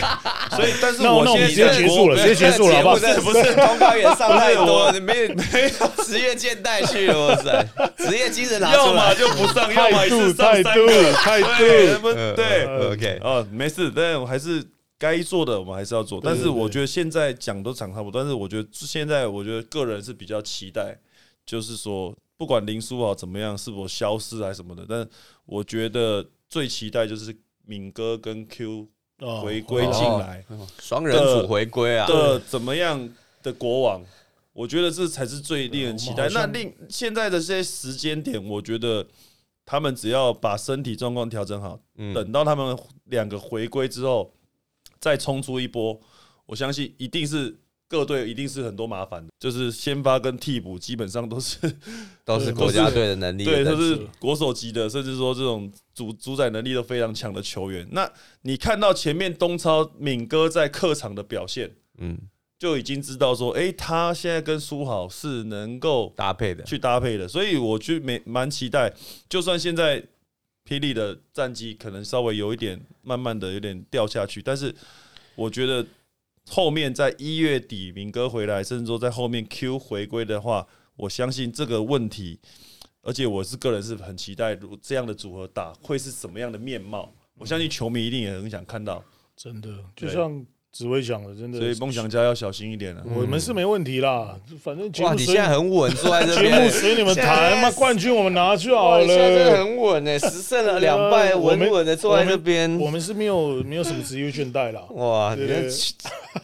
Speaker 2: 所以但是
Speaker 1: 那
Speaker 2: 我
Speaker 1: 哦那我们直
Speaker 2: 现
Speaker 1: 接
Speaker 2: 在
Speaker 1: 结束了，直接结束了，好不好？
Speaker 3: 不是通告员上太多，你没有没有职业倦怠去了，哇塞，职业精神拿
Speaker 2: 要
Speaker 3: 出
Speaker 2: 么
Speaker 3: 来。
Speaker 2: 就不 上，要么
Speaker 1: 态
Speaker 2: 一
Speaker 1: 度，
Speaker 2: 次
Speaker 1: 态
Speaker 2: 上
Speaker 1: 度
Speaker 2: 三个。，
Speaker 1: 态
Speaker 2: 对，那
Speaker 1: 度。
Speaker 2: 不对，
Speaker 3: 嗯 OK，
Speaker 2: 哦，没事，但我还是该做的，我们还是要做。但是我觉得现在讲都讲差不多，但是我觉得现在我觉得个人是比较期待，就是说不管林书豪怎么样，是否消失还是什么的，但我觉得最期待就是敏哥跟 Q
Speaker 1: 哦
Speaker 2: 回归进来
Speaker 3: 双人组回归啊，
Speaker 2: 的怎么样的国王。我觉得这才是最令人期
Speaker 1: 对
Speaker 2: 待。
Speaker 1: 我们
Speaker 2: 那
Speaker 1: 好像
Speaker 2: 令现在的这些时间点，我觉得他们只要把身体状况调整好，
Speaker 3: 嗯，
Speaker 2: 等到他们两个回归之后，再冲出一波，我相信一定是各队一定是很多麻烦的，就是先发跟替补基本上都 是
Speaker 3: 都是国家队的能力的
Speaker 2: 对，
Speaker 3: 等级，
Speaker 2: 都是国手级的，甚至说这种主主宰能力都非常强的球员。那你看到前面东超敏哥在客场的表现，
Speaker 3: 嗯
Speaker 2: 就已经知道说，诶，他现在跟苏豪是能够
Speaker 3: 搭配的，
Speaker 2: 去搭配的，所以我就没蛮期待。就算现在霹雳的战绩可能稍微有一点慢慢的有点掉下去，但是我觉得后面在一月底明哥回来，甚至说在后面 Q 回归的话，我相信这个问题，而且我是个人是很期待，如这样的组合打会是什么样的面貌。我相信球迷一定也很想看到，
Speaker 1: 真的，就
Speaker 2: 对
Speaker 1: 像紫薇讲的，真的。
Speaker 2: 所以梦想家要小心一点啊了、
Speaker 1: 我们是没问题啦，反正节
Speaker 3: 哇，
Speaker 1: 目
Speaker 3: 你
Speaker 1: 随
Speaker 3: 现在很稳，坐在 这
Speaker 1: 节目
Speaker 3: 边。
Speaker 1: 随你们
Speaker 3: 现在
Speaker 1: 谈，妈冠军我们拿就好
Speaker 3: 哇，
Speaker 1: 了。啊
Speaker 3: 你现在真的很稳诶，十胜了两败，
Speaker 1: 我
Speaker 3: 稳
Speaker 1: 们
Speaker 3: 稳的坐在这边。
Speaker 1: 我们是没有没有什么职业倦怠啦。
Speaker 3: 哇，你
Speaker 1: 对对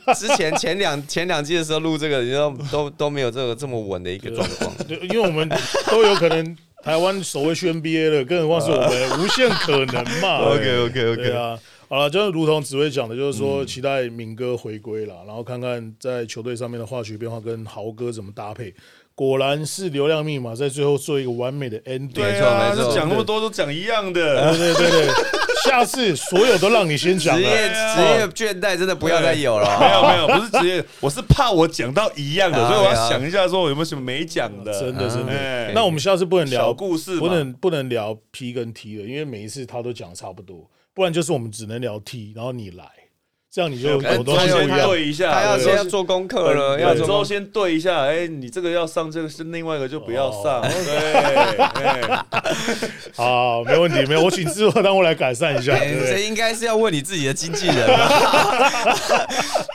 Speaker 3: 看之前前两前两季的时候录这个，你都都都没有这个这么稳的一个状况。
Speaker 1: 对，因为我们都有可能台湾首位去 NBA 了，更何况是我们，无限可能 嘛。
Speaker 3: OK
Speaker 1: 对啊，好了，就是如同紫薇讲的，就是说期待敏哥回归啦，然后看看在球队上面的化学变化跟豪哥怎么搭配。果然是流量密码在最后做一个完美的 ending。
Speaker 3: 没
Speaker 2: 对
Speaker 3: 错
Speaker 2: 啊，
Speaker 3: 没错
Speaker 2: 就讲那么多都讲一样
Speaker 1: 对
Speaker 2: 的，
Speaker 1: 对对对，下次所有都让你先讲
Speaker 3: 职
Speaker 1: 了。
Speaker 3: 业职业倦怠真的不要再有了
Speaker 2: 没
Speaker 3: 啊。
Speaker 2: 有没有，不是职业，我是怕我讲到一样的，
Speaker 3: 啊
Speaker 2: 所以我
Speaker 3: 对啊
Speaker 2: 要想一下说有没有什么没讲的。
Speaker 1: 真的真的，
Speaker 2: 哎
Speaker 1: 那我们下次不能聊
Speaker 2: 小故事嘛
Speaker 1: 不能不能聊 P 跟 T 了，因为每一次他都讲差不多，不然就是我们只能聊 T，然后你来，这样你就有
Speaker 2: 本
Speaker 1: 很
Speaker 2: 周
Speaker 1: 多东西不
Speaker 2: 先
Speaker 1: 一样。
Speaker 2: 对一下，
Speaker 3: 哎他要
Speaker 2: 对
Speaker 3: 先要做功课了，要
Speaker 2: 本
Speaker 3: 做
Speaker 2: 周
Speaker 3: 功课。
Speaker 2: 先对一下。哎，你这个要上，这个是另外一个就不要
Speaker 3: 哦
Speaker 2: 上。 对，哎
Speaker 1: 好，没问题，没有，我请制作单位来改善一下，对不
Speaker 3: 这
Speaker 1: 对？
Speaker 3: 哎应该是要问你自己的经纪人，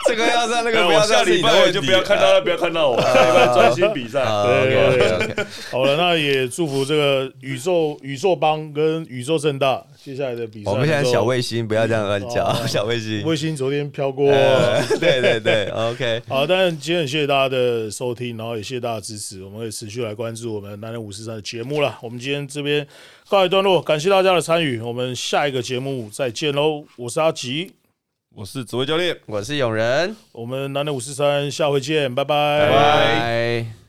Speaker 3: 这个要在那
Speaker 2: 那
Speaker 3: 个不
Speaker 2: 哎我
Speaker 3: 要
Speaker 2: 下
Speaker 3: 在
Speaker 2: 礼拜我就不要看到他，不要看到我，下礼拜专心比赛。
Speaker 1: 对对
Speaker 3: 啊 OK OK，
Speaker 1: 好了，那也祝福这个宇宙宇宙帮跟宇宙正大接下来的比赛。
Speaker 3: 我们现在小卫星不要这样乱叫，小卫星。
Speaker 1: 卫星昨天飘过。
Speaker 3: 呃 对对对，OK，
Speaker 1: 好，当然今天很谢谢大家的收听，然后也谢谢大家的支持，我们会持续来关注我们男人五十三的节目啦。我们今天这边告一段落，感谢大家的参与，我们下一个节目再见喽。我是阿吉，
Speaker 2: 我是紫薇教练。
Speaker 3: 我是永仁，
Speaker 1: 我们男人五十三下回见，拜拜
Speaker 2: 拜
Speaker 3: 拜。